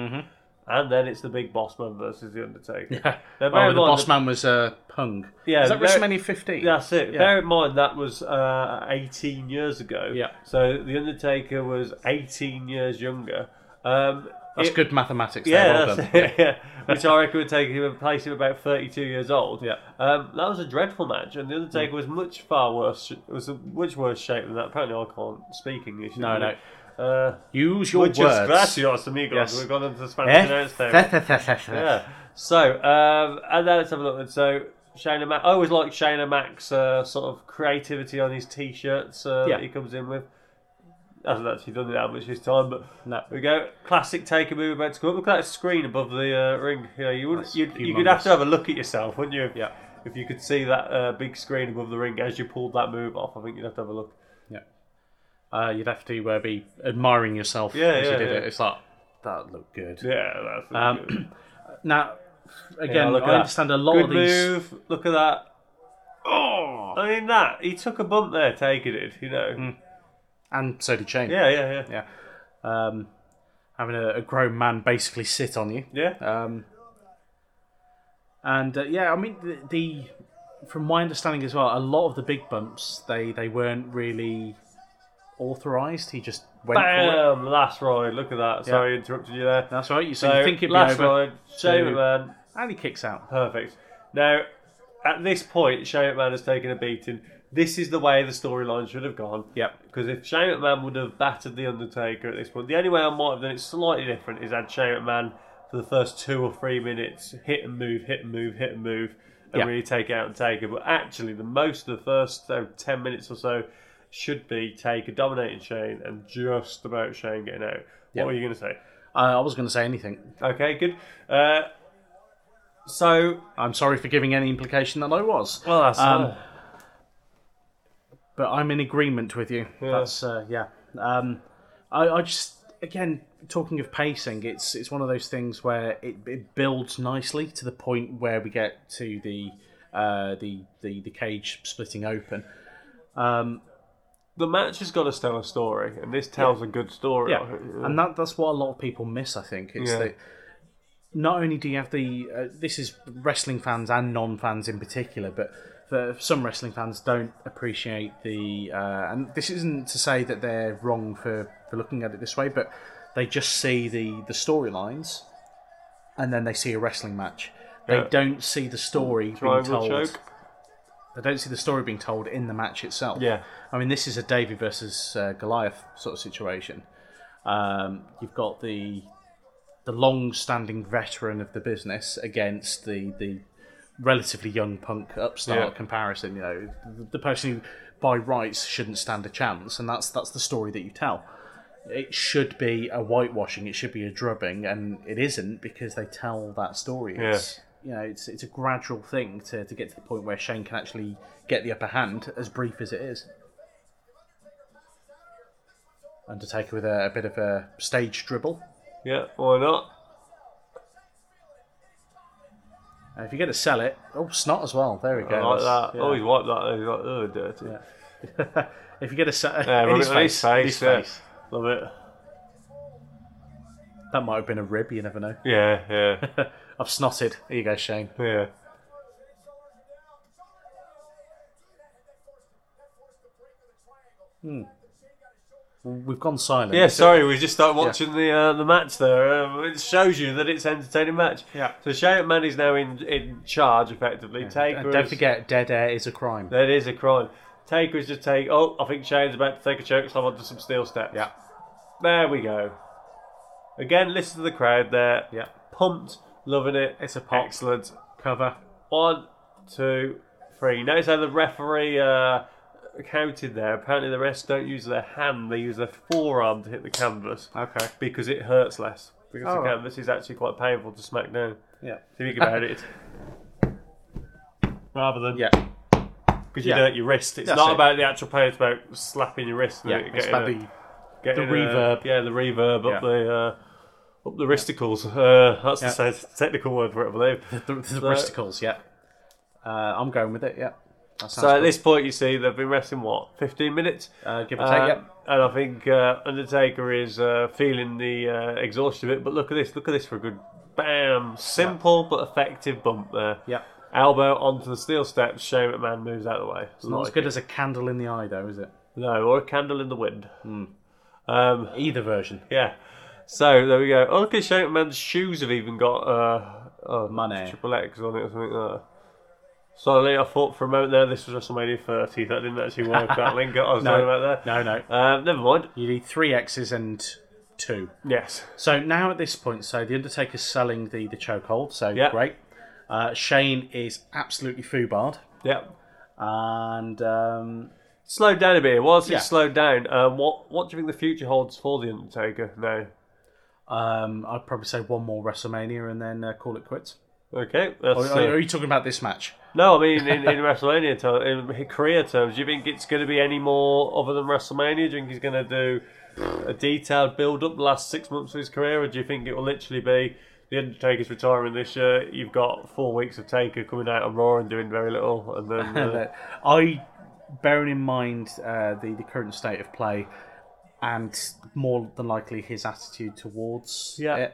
C: And then it's the Big Boss Man versus the Undertaker.
B: Mm-hmm. Yeah.
C: Now, bear
B: Oh,
C: in
B: the
C: mind
B: boss
C: that-
B: man was uh, Pung.
C: Yeah,
B: Is that
C: very-
B: WrestleMania 15?
C: That's it. Bear in mind that was uh, 18 years ago.
B: Yeah.
C: So the Undertaker was 18 years younger. Um,
B: That's
C: it-
B: good mathematics. there,
C: Yeah,
B: well
C: that's
B: done.
C: it, yeah. which I reckon would take him and place him about 32 years old.
B: Yeah. Mm.
C: um, that was a dreadful match, and the Undertaker was much far worse. Was a much worse shape than that. Apparently, I can't speak English.
B: No, no.
C: Uh,
B: (laughs) Use your
C: muchas
B: words.
C: gracias, amigos.
B: Yes.
C: We've gone into
B: (laughs)
C: Spanish
B: Eh?
C: announced there.
B: yeah.
C: Yeah. So, um, and then let's have a look. So, Shayna Mac. I always like Shayna Mac's uh, sort of creativity on his t-shirts uh,
B: Yeah.
C: that he comes in with. Hasn't actually done it that much this time, but
B: No.
C: Here we go. Classic taker move about to come up. Look at that screen above the uh, ring. You know, you wouldn't.
B: That's
C: You'd, you'd have to have a look at yourself, wouldn't you? If,
B: Yeah.
C: If you could see that uh, big screen above the ring as you pulled that move off, I think you'd have to have a look.
B: Uh, you'd have to uh, be admiring yourself
C: Yeah,
B: as you
C: yeah,
B: did
C: yeah.
B: it. It's like, that looked good.
C: Yeah, that's.
B: Um, Now,
C: Yeah,
B: again,
C: look at
B: I
C: that.
B: understand a lot
C: (clears throat) Good
B: of these.
C: move. Look at that. Oh, I mean that he took a bump there, taking it. You know.
B: Mm. And so did Shane.
C: Yeah, yeah, yeah,
B: Um, having a, a grown man basically sit on you.
C: yeah.
B: Um, and uh, yeah, I mean the, the from my understanding as well, a lot of the big bumps they they weren't really authorized. He just went for it.
C: Bam! Last ride. Look at that. Sorry, I interrupted you there.
B: That's right. You, so
C: So,
B: you think it'd be
C: last
B: over,
C: ride. Shame
B: to-
C: it, man.
B: and he kicks out.
C: Perfect. Now, at this point, Shane McMahon has taken a beating. This is the way the storyline should have gone.
B: Yep.
C: Because if Shane McMahon would have battered The Undertaker at this point, the only way I might have done it slightly different is had Shane McMahon for the first two or three minutes hit and move, hit and move, hit and move, and
B: Yeah.
C: really take out and Taker. But actually, the most of the first uh, 10 minutes or so should be Taker dominating Shane and just about Shane getting out. What were you going to say?
B: Uh, I wasn't going to say anything.
C: Okay, good. Uh, so,
B: I'm sorry for giving any implication that I was.
C: well, that's
B: Um, but I'm in agreement with you. That's uh, yeah. Um, I, I just again talking of pacing, it's it's one of those things where it, it builds nicely to the point where we get to the uh, the, the the cage splitting open. Um,
C: the match has got to tell a story, and this tells a good story. uh,
B: yeah, and that that's what a lot of people miss. I think it's
C: Yeah.
B: that not only do you have the uh, this is wrestling fans and non fans in particular, but for some wrestling fans don't appreciate the uh, and this isn't to say that they're wrong for for looking at it this way, but they just see the the storylines and then they see a wrestling match. They
C: Yeah.
B: don't see the story being
C: Triangle
B: told.
C: choke.
B: They don't see the story being told in the match itself.
C: Yeah.
B: I mean, this is a Davy versus uh, Goliath sort of situation. Um, you've got the the long-standing veteran of the business against the the relatively young punk upstart
C: Yeah.
B: comparison. You know, the, the person who by rights shouldn't stand a chance, and that's that's the story that you tell. It should be a whitewashing. It should be a drubbing, and it isn't because they tell that story. It's, You know, it's it's a gradual thing to, to get to the point where Shane can actually get the upper hand, as brief as it is. Undertaker with a, a bit of a stage dribble.
C: Yeah, why not?
B: Uh, if you get to sell it, oh snot as well. There we go.
C: I like
B: That's-
C: that. Oh, he's
B: yeah.
C: wiped that. He's like, oh, dirty. Yeah,
B: if you get a sell,
C: rub
B: in his
C: it on
B: face, in his
C: yeah.
B: face.
C: Love it.
B: That might have been a rib. You never know.
C: Yeah, yeah,
B: (laughs) I've snotted. Here you go, Shane.
C: yeah.
B: We've gone silent.
C: Yeah, sorry, we just started watching the uh, the match there. Um, it shows you that it's an entertaining match.
B: Yeah.
C: So Shane Man is now in in charge effectively. Taker.
B: And don't
C: is-
B: forget, dead air is a crime.
C: that is a crime. Taker is just take. Oh, I think Shane's about to take a choke slam onto some steel steps.
B: Yeah.
C: There we go. Again, listen to the crowd there.
B: Yeah.
C: Pumped, loving it.
B: It's a pop.
C: Excellent.
B: Cover.
C: One, two, three. Notice how the referee uh, counted there. Apparently, the refs don't use their hand; they use their forearm to hit the canvas
B: Okay.
C: because it hurts less. Because
B: Oh,
C: the
B: right.
C: canvas is actually quite painful to smack down.
B: Yeah.
C: If you think about it, it's rather than
B: Yeah.
C: because you
B: yeah.
C: hurt your wrist. It's
B: That's
C: not
B: it.
C: about the actual pain; it's about slapping your wrist. and
B: Yeah.
C: it
B: It's
C: getting
B: about
C: a-
B: the
C: getting, uh,
B: reverb.
C: yeah, the reverb up
B: Yeah.
C: the uh, up the wristicles. Uh, that's
B: Yeah.
C: the se- technical word for it, I believe.
B: (laughs) the, the
C: So-
B: wristicles. Yeah. Uh, I'm going with it. Yeah. That sounds
C: So at
B: good.
C: this point, you see they've been wrestling what fifteen minutes,
B: Uh, give or take.
C: Uh,
B: yeah.
C: and I think uh, Undertaker is uh, feeling the uh, exhaustion of it. But look at this! Look at this for a good bam, simple but effective bump there.
B: Yeah.
C: Elbow onto the steel steps. Shane McMahon moves out of the way. It's
B: Not
C: like
B: as good
C: it.
B: as a candle in the eye, though, is it?
C: no, or a candle in the wind. Um,
B: Either version.
C: yeah. So there we go. Oh, look at Shane McMahon's shoes have even got uh, oh,
B: Money.
C: triple X on it or something like that. Suddenly, I thought for a moment there this was WrestleMania 30. That didn't actually work. that link I
B: (laughs)
C: was
B: No.
C: talking about
B: No,
C: there.
B: no.
C: Um, never mind.
B: You need three X's and two.
C: Yes.
B: So now at this point, so the Undertaker's selling the the chokehold. So
C: Yeah.
B: great. Uh, Shane is absolutely foobarred,
C: Yep.
B: and um,
C: Slowed down a bit. Whilst
B: Yeah.
C: it's slowed down, um, what what do you think the future holds for the Undertaker now?
B: um, I'd probably say one more WrestleMania and then uh, call it quits.
C: Okay. That's,
B: Or,
C: uh,
B: or are you talking about this match?
C: no, I mean in, (laughs) in WrestleMania term, in career terms, do you think it's going to be any more other than WrestleMania? Do you think he's going to do a detailed build up the last six months of his career, or do you think it will literally be The Undertaker's retiring this year. You've got four weeks of Taker coming out on Raw and doing very little, and
B: (laughs)
C: then uh,
B: that I, bearing in mind uh, the the current state of play, and more than likely his attitude towards
C: Yeah.
B: it,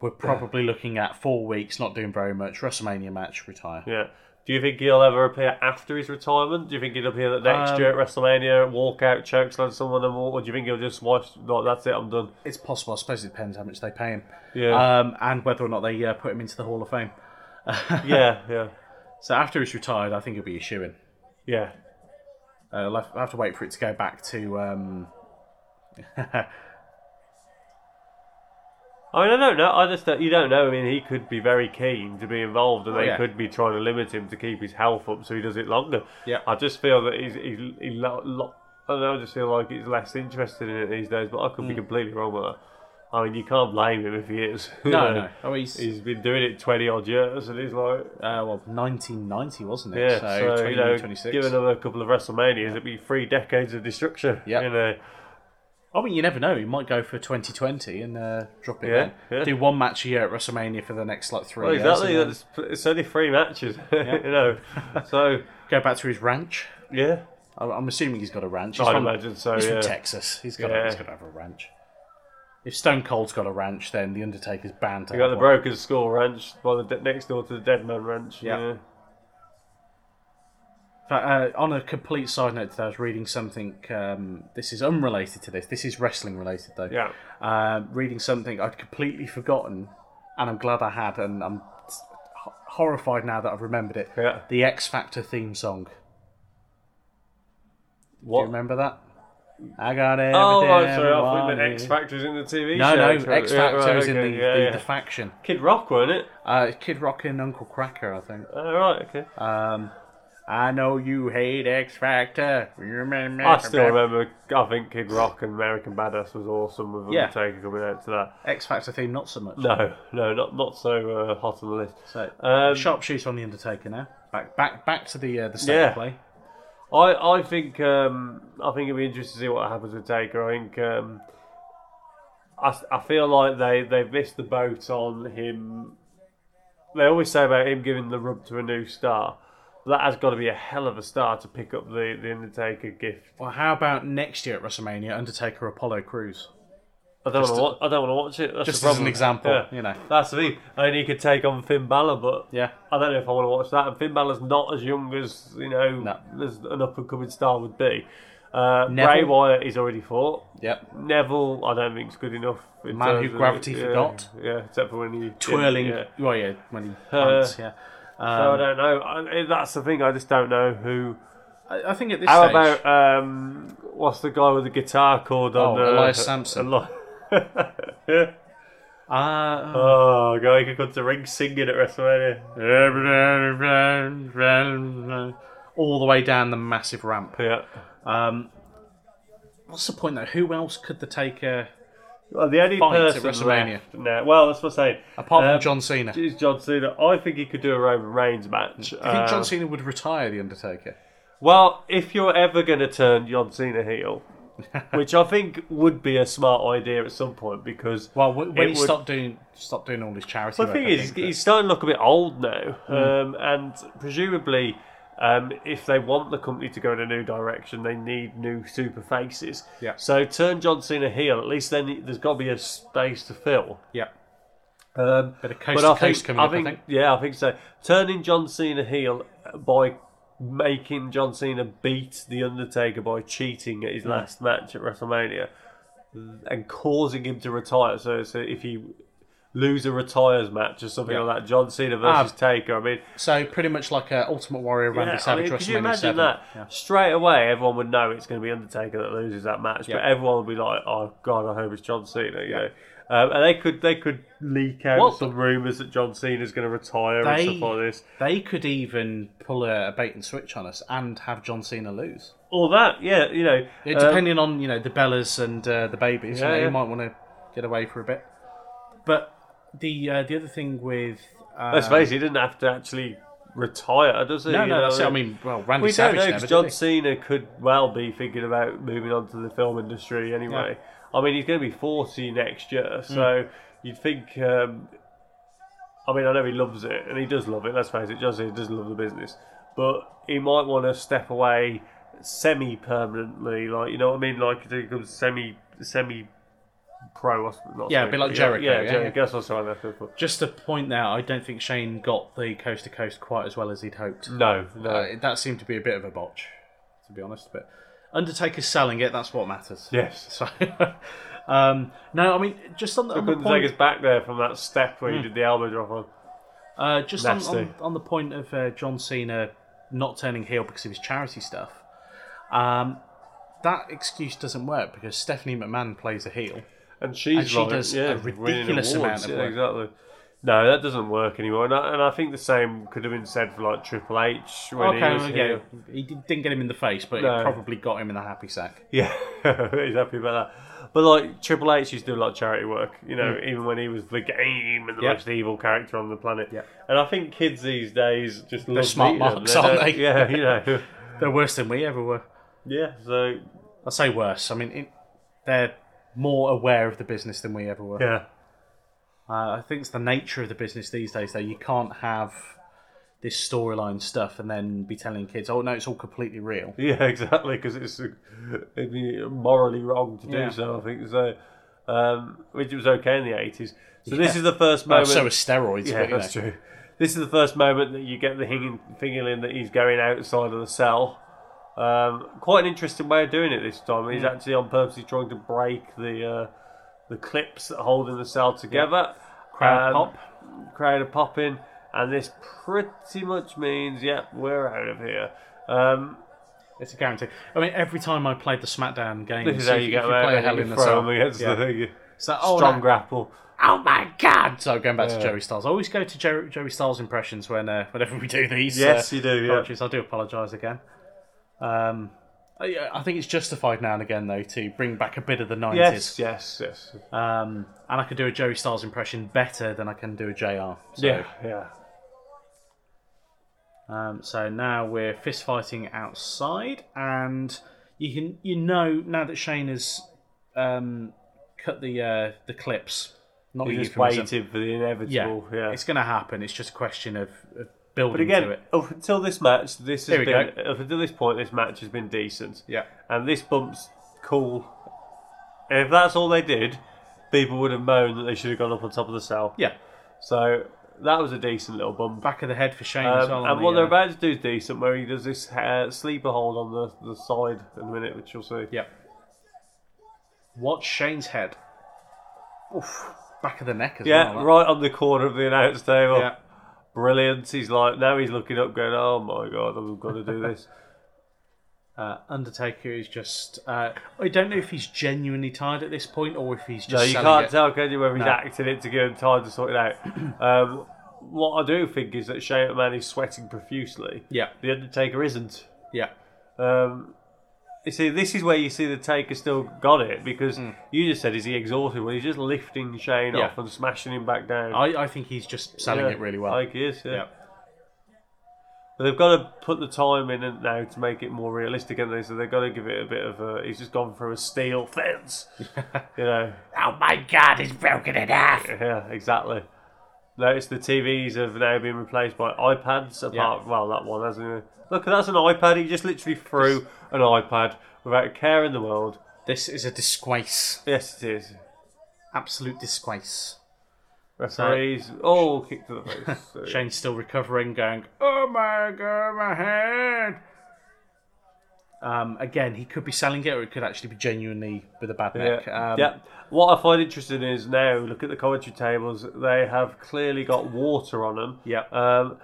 B: we're probably looking at four weeks not doing very much. WrestleMania match, retire.
C: yeah. Do you think he'll ever appear after his retirement? Do you think he'll appear that next
B: Um,
C: year at WrestleMania, walk out, chokeslam someone, and walk, or do you think he'll just watch? No, that's it. I'm done.
B: It's possible. I suppose it depends how much they pay him,
C: Yeah.
B: um, and whether or not they uh, put him into the Hall of Fame.
C: yeah, yeah,
B: So after he's retired, I think it'll be a shoe in.
C: yeah.
B: Uh, I'll have- I'll have to wait for it to go back to. Um,
C: I mean, I don't know. I just don't, you don't know. I mean, he could be very keen to be involved, and they
B: Oh, yeah.
C: could be trying to limit him to keep his health up so he does it longer.
B: Yeah.
C: I just feel that he's he's he lo- lo- I don't know. I just feel like he's less interested in it these days. But I could
B: Mm.
C: be completely wrong with that. I mean, you can't blame him if he is. (laughs)
B: no, no. Oh, he's,
C: He's been doing it twenty odd years, and he's like,
B: uh, well, 1990, wasn't it?
C: yeah.
B: so,
C: So,
B: 20,
C: you know,
B: 26.
C: give another couple of WrestleManias, it'd be three decades of destruction.
B: Yeah.
C: You know.
B: I mean, you never know. He might go for 2020 and uh, drop it.
C: Yeah,
B: then.
C: yeah.
B: Do one match a year at WrestleMania for the next like three
C: Well,
B: years.
C: exactly.
B: and then
C: That's, it's only three matches. (laughs) you
B: (laughs)
C: know. So
B: Go back to his ranch.
C: yeah.
B: I- I'm assuming he's got a ranch. He's
C: I'd
B: from,
C: imagine so.
B: he's
C: Oh, yeah.
B: from Texas. He's got.
C: Yeah.
B: To, he's got to have a ranch. If Stone Cold's got a ranch, then the Undertaker's banned. To
C: You
B: have
C: got the
B: one.
C: Broker's School Ranch, by the de- next door to the Dead Man Ranch.
B: Yeah.
C: Yeah.
B: But, uh, on a complete side note, today I was reading something. Um, this is unrelated to this. This is wrestling related, though.
C: Yeah.
B: Um, reading something I'd completely forgotten, and I'm glad I had, and I'm s- ho- horrified now that I've remembered it.
C: Yeah.
B: The X Factor theme song. Do
C: What?
B: you remember that? I got everything.
C: Oh, right,
B: I
C: sorry. I thought you meant
B: wanted.
C: X Factor's in the TV
B: No,
C: show.
B: no,
C: actually.
B: X
C: Yeah,
B: Factor
C: right,
B: is in the,
C: okay, yeah,
B: the,
C: yeah.
B: the faction.
C: Kid Rock, weren't it?
B: Uh, Kid Rock and Uncle Cracker, I think.
C: Oh, right, okay.
B: I know you hate X Factor.
C: I still remember, I think Kid Rock and American Badass was awesome with
B: Yeah.
C: Undertaker coming out to that.
B: X Factor theme, not so much.
C: No, no, not not so uh, hot on the list.
B: So,
C: Um,
B: sharpshooter on the Undertaker now. Back, back, back to the uh, the state
C: Yeah.
B: of play.
C: I, I think um, I think it'd be interesting to see what happens with Taker. I think um, I, I feel like they they've missed the boat on him. They always say about him giving the rub to a new star. That has got to be a hell of a star to pick up the, the Undertaker gift.
B: Well, how about next year at WrestleMania, Undertaker Apollo Crews?
C: I don't want to watch. I don't want to watch it. That's
B: Just
C: the
B: as
C: problem.
B: an example,
C: Yeah.
B: you know.
C: That's the thing. I mean, he could take on Finn Balor, but
B: Yeah.
C: I don't know if I want to watch that. And Finn Balor's not as young as you know
B: No.
C: as an up and coming star would be. Uh,
B: Neville.
C: Bray Wyatt he's already fought.
B: Yep.
C: Neville, I don't think's good enough. in
B: Man who
C: terms of-
B: gravity
C: yeah,
B: forgot.
C: Yeah, except for when he
B: Twirling.
C: Yeah. Uh,
B: Well, yeah, when he hunts, yeah.
C: so I
B: Um,
C: don't know. I, eh, that's the thing. I just don't know who.
B: I, I think at this
C: How
B: stage,
C: about um, what's the guy with the guitar chord on?
B: Oh,
C: uh,
B: Elias Sampson.
C: (laughs) Eli- yeah.
B: uh,
C: Oh, God, he could come to ring singing at WrestleMania.
B: all the way down the massive ramp.
C: Yeah.
B: What's the point though? Who else could the Taker
C: Well, the only
B: Fight at
C: person
B: WrestleMania.
C: left now- well, that's what I'm saying.
B: apart from
C: Um,
B: John Cena? Do you
C: is John Cena. I think he could do a Roman Reigns match.
B: think
C: Uh,
B: John Cena would retire the Undertaker?
C: Well, if you're ever going to turn John
B: (laughs)
C: Cena heel, which I think would be a smart idea at some point because
B: Well, w- when
C: it
B: he
C: would-
B: stopped doing stopped doing all his charity
C: Well, the
B: work,
C: thing
B: I
C: is,
B: think, Hmm.
C: he's starting to look a bit old now, um, and presumably, um, if they want the company to go in a new direction, they need new super faces.
B: Yeah.
C: So turn John Cena heel. At least then there's got to be a space to fill.
B: but- yeah,
C: Um,
B: bit of coast
C: but I
B: to coast
C: think,
B: coming
C: I
B: up, I
C: think,
B: think.
C: Yeah, I think so. Turning John Cena heel by making John Cena beat The Undertaker by cheating
B: Hmm.
C: at his last match at WrestleMania and causing him to retire. So, so if he lose a retires match or something
B: Yeah. Ah.
C: like that, John Cena versus Taker, I mean,
B: so pretty much like a Ultimate Warrior Randy
C: yeah, I
B: Savage
C: mean, could you
B: WrestleMania
C: imagine
B: 7.
C: that?
B: Yeah.
C: Straight away, everyone would know it's going to be Undertaker that loses that match, but
B: Yeah.
C: everyone would be like, "Oh God, I hope it's John Cena." You know, um, and they could they could leak out
B: What
C: some rumors that John Cena's going to retire and
B: They-
C: stuff like this.
B: They could even pull a, a bait and switch on us and have John Cena lose.
C: All that, yeah, you know,
B: Yeah,
C: um,
B: depending on you know the Bellas and uh, the babies,
C: Yeah,
B: you, know,
C: yeah.
B: you might want to get away for a bit. But the uh, the other thing with uh,
C: let's face it, he didn't have to actually retire, does he?
B: no
C: You
B: no
C: know,
B: that's it. I mean well Randy
C: We
B: Savage
C: don't know
B: never
C: because
B: did
C: John
B: he?
C: Cena could well be thinking about moving on to the film industry
B: Hmm.
C: anyway. I mean, he's going to be 40 next year, so you'd think um, I mean, I know he loves it, and he does love it. Let's face it, Jose does love the business, but he might want to step away semi-permanently. Like you know what I mean? Like to become semi semi pro.
B: Yeah, a bit like Jericho,
C: Yeah,
B: yeah,
C: Jericho.
B: yeah.
C: I guess that's what I'm after, but-
B: Just to point out, I don't think Shane got the coast to coast quite as well as he'd hoped.
C: No, no.
B: Uh, that seemed to be a bit of a botch, to be honest. But Undertaker's selling it. That's what matters.
C: yes.
B: (laughs) So, um, no, I mean, just on the, on the
C: Couldn't take
B: point, Hmm.
C: us back there from that step where he did the elbow drop on.
B: uh, just on,
C: Nasty.
B: on, on the point of uh, John Cena not turning heel because of his charity stuff. Um, that excuse doesn't work because Stephanie McMahon plays a heel.
C: And she's
B: And she
C: like,
B: does
C: yeah,
B: a
C: winning
B: ridiculous amount
C: awards.
B: of
C: yeah,
B: work.
C: Exactly. No, that doesn't work anymore. And I, and I think the same could have been said for like Triple H when he
B: okay,
C: was
B: well, yeah,
C: here. (laughs)
B: he did- didn't get him in the face, but
C: No.
B: it probably got him in the happy sack.
C: Yeah, he's happy about that. But like Triple H used to do a lot of charity work, you know, even when he was the game and
B: Mm.
C: the
B: Yeah.
C: most evil character on the planet.
B: Yeah.
C: And I think kids these days just love
B: smart
C: meeting them.
B: marks, aren't
C: don't-
B: they?
C: (laughs) Yeah,
B: (laughs)
C: you know.
B: They're worse than we ever were.
C: yeah, so
B: I say worse. I mean, it, they're more aware of the business than we ever were.
C: yeah.
B: Uh, I think it's the nature of the business these days, though. You can't have this storyline stuff and then be telling kids, "Oh no, it's all completely real."
C: Yeah, (laughs) exactly, because it's uh, it'd be morally wrong to do
B: Yeah.
C: so. I think so, um, which was okay in the eighties. So this is the first
B: Well,
C: moment.
B: so are steroids.
C: (laughs) yeah,
B: but, you
C: that's
B: know.
C: true. This is the first moment that you get the hinging, feeling that he's going outside of the cell. Um, quite an interesting way of doing it this time. He's
B: Mm.
C: actually on purpose he's trying to break the uh, the clips that holding the cell together.
B: Crowd
C: Um,
B: pop.
C: crowd are popping, and this pretty much means, yep, we're out of here. Um,
B: It's a guarantee. I mean, every time I played the SmackDown game,
C: This is
B: so
C: how
B: if
C: you get
B: if
C: away
B: play
C: with
B: Hell
C: it.
B: in
C: You
B: the
C: throw
B: Cell.
C: them against
B: yeah.
C: the thing.
B: It's like, oh,
C: Strong
B: no.
C: grapple.
B: oh my god! So going back to Joey Styles, I always go to Jerry, Joey Styles impressions when uh, whenever we do these.
C: Yes,
B: uh,
C: you do, yeah.
B: Apologies, I do apologise again. Um, I, I think it's justified now and again though to bring back a bit of the nineties.
C: Yes, yes, yes.
B: Um, and I can do a Joey Styles impression better than I can do a JR. So,
C: yeah, yeah.
B: Um, so now we're fist fighting outside, and you can you know now that Shane has um, cut the uh, the clips. Not
C: He's
B: used
C: just
B: for himself.
C: waited for the
B: Yeah,
C: inevitable. Yeah.
B: it's going to happen. It's just a question of, of building
C: But
B: to
C: again,
B: it.
C: up until this match, this has
B: Here we
C: been up until this point, this match has been decent.
B: Yeah.
C: And this bump's cool. And if that's all they did, people would have moaned that they should have gone up on top of the cell.
B: Yeah,
C: So that was a decent little bump.
B: back of the head for Shane as
C: Um,
B: well. on
C: and
B: the,
C: what they're
B: uh,
C: about to do is decent, where he does this uh, sleeper hold on the, the side in a minute, which you'll see.
B: Yeah. Watch Shane's head. Oof, back of the neck as
C: Yeah,
B: well. that.
C: right on the corner of the announce table.
B: Yeah.
C: Brilliant. He's like, now he's looking up, going, oh my God, I'm
B: (laughs)
C: going to do this.
B: Uh, Undertaker is just. Uh, I don't know if he's genuinely tired at this point or if he's just.
C: no, you
B: selling
C: can't
B: it.
C: tell, can you, whether he's acting it to give him time to sort
B: (clears throat)
C: it out. um, what I do think is that Shane McMahon is sweating profusely.
B: Yeah,
C: The Undertaker isn't.
B: yeah,
C: Um, you see, this is where you see the Taker still got it because you just said, is he exhausted? Well, he's just lifting Shane
B: Hmm. Yeah.
C: off and smashing him back down.
B: I, I think he's just selling
C: Yeah,
B: it really well.
C: I think he is, yeah.
B: yeah.
C: But they've got to put the time in it now to make it more realistic, and they so they've got to give it a bit of a. He's just gone through a
B: (laughs)
C: steel fence, you know.
B: Oh my God, he's broken in half.
C: Yeah, exactly. Notice the TVs have now been replaced by iPads. Apart,
B: Yeah.
C: well, that one hasn't. He? Look, that's an iPad. He just literally threw an iPad without a care in the world.
B: This is a disgrace.
C: Yes, it is.
B: Absolute disgrace.
C: Referees all kicked to the face.
B: (laughs)
C: So-
B: Shane's still recovering, going, "Oh my god, my head!" Um, again, he could be selling it, or it could actually be genuinely with a bad neck.
C: Yeah.
B: Um,
C: yeah. What I find interesting is now, look at the commentary tables. They have clearly got water on them.
B: Yeah. Uh,
C: Um,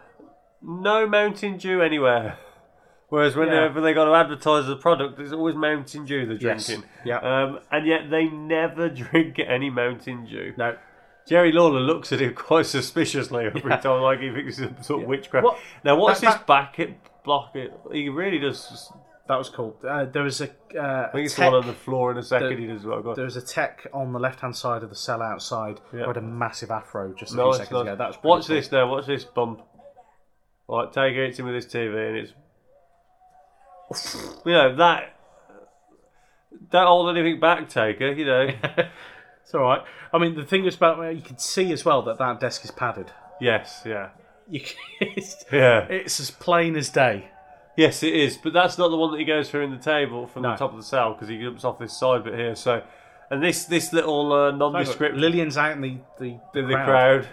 C: no Mountain Dew anywhere. (laughs) Whereas whenever they got to advertise the product, it's always Mountain Dew they're
B: Yes.
C: drinking.
B: Yeah.
C: Um, and yet they never (laughs) drink any Mountain Dew.
B: No.
C: Jerry Lawler looks at him quite suspiciously every
B: Yeah.
C: time, like he thinks it's some sort of witchcraft.
B: What-
C: Now, what's
B: that-
C: this
B: that-
C: back it block? It he really does.
B: That was cool. Uh, there was a, uh,
C: I think
B: a
C: it's the one
B: tech,
C: on the floor in a second.
B: The-
C: he does what I got.
B: there was a tech on the left hand side of the cell outside
C: Yeah.
B: who had a massive afro just a
C: No,
B: few
C: it's
B: seconds
C: not.
B: ago. That's pretty
C: watch
B: cool.
C: this now. Watch this bump. Like Tiger hits him with his TV, and
B: (laughs)
C: it's you know that. Don't hold anything back, Taker.
B: (laughs)
C: You know,
B: uh, It's all right. I mean, the thing is about you can see as well that that desk is padded. (laughs)
C: Yes, yeah.
B: You, it's,
C: Yeah.
B: it's as plain as day.
C: Yes, it is, but that's not the one that he goes through in the table from
B: No.
C: the top of the cell because he jumps off this side bit here. So, and this this little uh, nondescript
B: Lillian's out in the the,
C: in the crowd,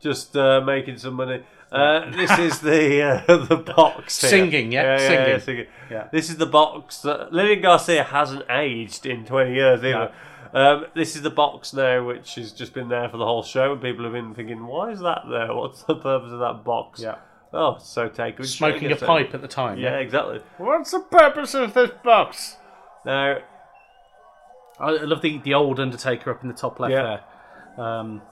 C: just uh, making some money. Uh, this is the uh, (laughs) the box here.
B: Singing, yeah, singing. Yeah.
C: This is the box that Lillian Garcia hasn't aged in twenty years either. Um, this is the box now, which has just been there for the whole show, and people have been thinking, "Why is that there? What's the purpose of that box?"
B: Yeah.
C: Oh, so take good
B: smoking
C: shit,
B: a
C: so-
B: pipe at the time.
C: Yeah, exactly.
B: What's the purpose of this box?
C: Now,
B: I love the the old Undertaker up in the top left
C: Yeah.
B: there. Um,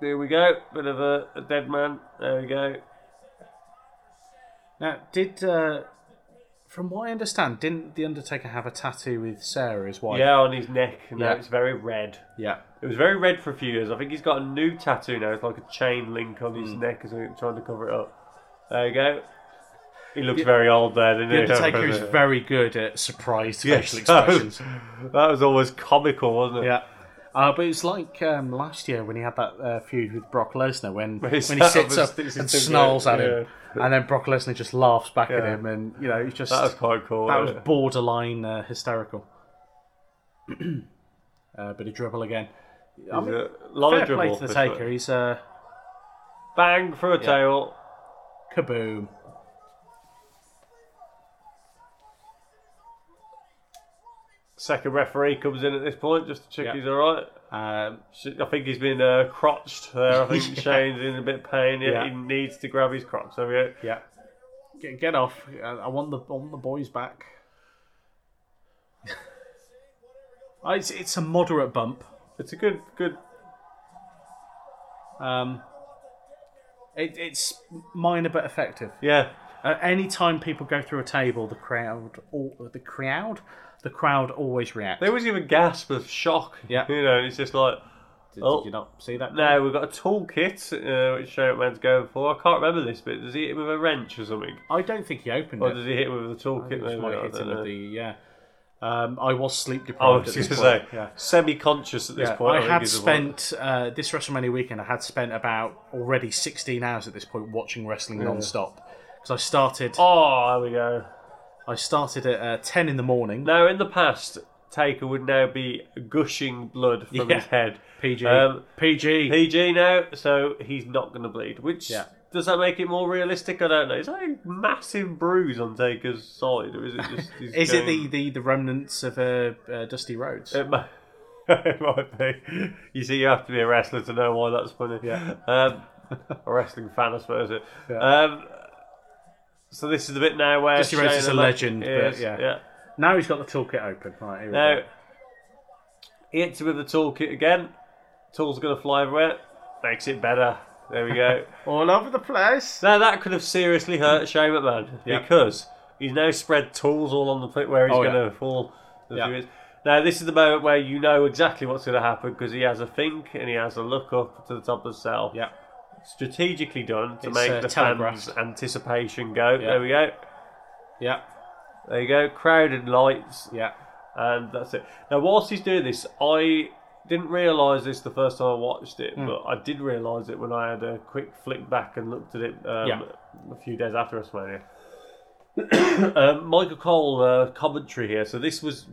C: There we go. Bit of a, a dead man. There we go.
B: now, did uh, from what I understand, didn't the Undertaker have a tattoo with Sarah, his wife?
C: Yeah, on his neck. Now
B: Yeah.
C: it's very red.
B: yeah.
C: It was very red for a few years. I think he's got a new tattoo now. It's like a chain link on
B: Hmm.
C: his neck or something, trying to cover it up. There you go. He looks very old there, didn't
B: The
C: he?
B: Undertaker is very good at surprised
C: Yes.
B: facial expressions.
C: (laughs) that was always comical, wasn't it?
B: Yeah. Uh, but it's like um, last year when he had that uh, feud with Brock Lesnar when, when
C: (laughs) he
B: he
C: sat up
B: sits
C: and
B: up
C: sticks his
B: and
C: finger
B: snarls
C: in.
B: at him, and then Brock Lesnar just laughs back at
C: Yeah.
B: him, and you know it's just
C: That was quite cool.
B: that
C: wasn't
B: was borderline uh, hysterical. (clears throat) uh, bit of dribble again. I
C: it?
B: mean,
C: He's a lot
B: fair
C: of dribble.
B: play to the
C: this one.
B: Taker. He's uh,
C: Bang for a tail.
B: kaboom.
C: Second referee comes in at this point just to check
B: Yeah.
C: he's all right.
B: Um,
C: I think he's been uh, crotched there. I
B: (laughs)
C: think
B: Yeah.
C: Shane's in a bit of pain. Yeah,
B: Yeah.
C: He needs to grab his crotch. There we go.
B: yeah, get, get off. I, I want the I want the boys back. (laughs) Uh, it's it's a moderate bump.
C: It's a good, good.
B: Um, it, it's minor but effective.
C: Yeah,
B: At any time people go through a table, the crowd, all, the crowd, the crowd always reacts.
C: they always give a gasp of shock.
B: Yeah.
C: you know, it's just like,
B: Did,
C: oh.
B: did you not see that?
C: no, we've got a toolkit uh, which Shane Man's going for. I can't remember this bit. Does he hit him with a wrench or something,
B: I don't think he opened
C: or
B: it.
C: does he hit him with a
B: I
C: toolkit?
B: think it
C: maybe?
B: might
C: I
B: have hit
C: don't
B: him with
C: know.
B: the yeah. Um, I was sleep
C: Oh, I
B: deprived.
C: was
B: at
C: going
B: this
C: to say,
B: point. yeah.
C: semi-conscious at this
B: Yeah,
C: point.
B: I
C: think
B: had
C: is the point.
B: spent uh, this WrestleMania weekend. I had spent about already 16 hours at this point watching wrestling non-stop because I started.
C: Oh, there we go.
B: I started at uh, 10 in the morning.
C: Now, in the past, Taker would now be gushing blood from
B: Yeah.
C: his head.
B: PG,
C: Um,
B: PG.
C: PG now, so he's not going to bleed. Which
B: Yeah.
C: does that make it more realistic? I don't know. Is that a massive bruise on Taker's side, or is it
B: (laughs)
C: just? he's
B: Is it the,
C: going-
B: the, the remnants of uh, uh, Dusty Rhodes?
C: It might, (laughs) it might be. You see, you have to be a wrestler to know why that's funny.
B: Yeah.
C: Um, (laughs) a wrestling fan, I suppose. It.
B: Yeah.
C: Um, so this is the bit now where
B: Dusty Rhodes
C: Shane
B: is a
C: O'Mac-
B: legend, but
C: is-
B: yeah.
C: yeah.
B: now he's got the toolkit open. Right, here we
C: Now,
B: go.
C: he hits it with the toolkit again. Tool's going to fly everywhere. Makes it better. There we go.
B: all over the place.
C: now, that could have seriously hurt Shane McMahon
B: Mm. Yeah.
C: because he's now spread tools all on the pit where he's
B: Oh, yeah.
C: going to fall. in a
B: Yeah.
C: few minutes. Now, this is the moment where you know exactly what's going to happen because he has a think and he has a look up to the top of the cell.
B: Yeah.
C: Strategically done to
B: It's,
C: make
B: uh,
C: the fans'
B: telegraphed.
C: anticipation go. There we go.
B: Yeah,
C: There you go. Crowded lights.
B: yeah.
C: and that's it. Now, whilst he's doing this, I didn't realise this the first time I watched
B: Hmm.
C: it, but I did realise it when I had a quick flick back and looked at it um,
B: Yeah.
C: a few days after WrestleMania. (coughs) um, Michael Cole uh, commentary here. So this was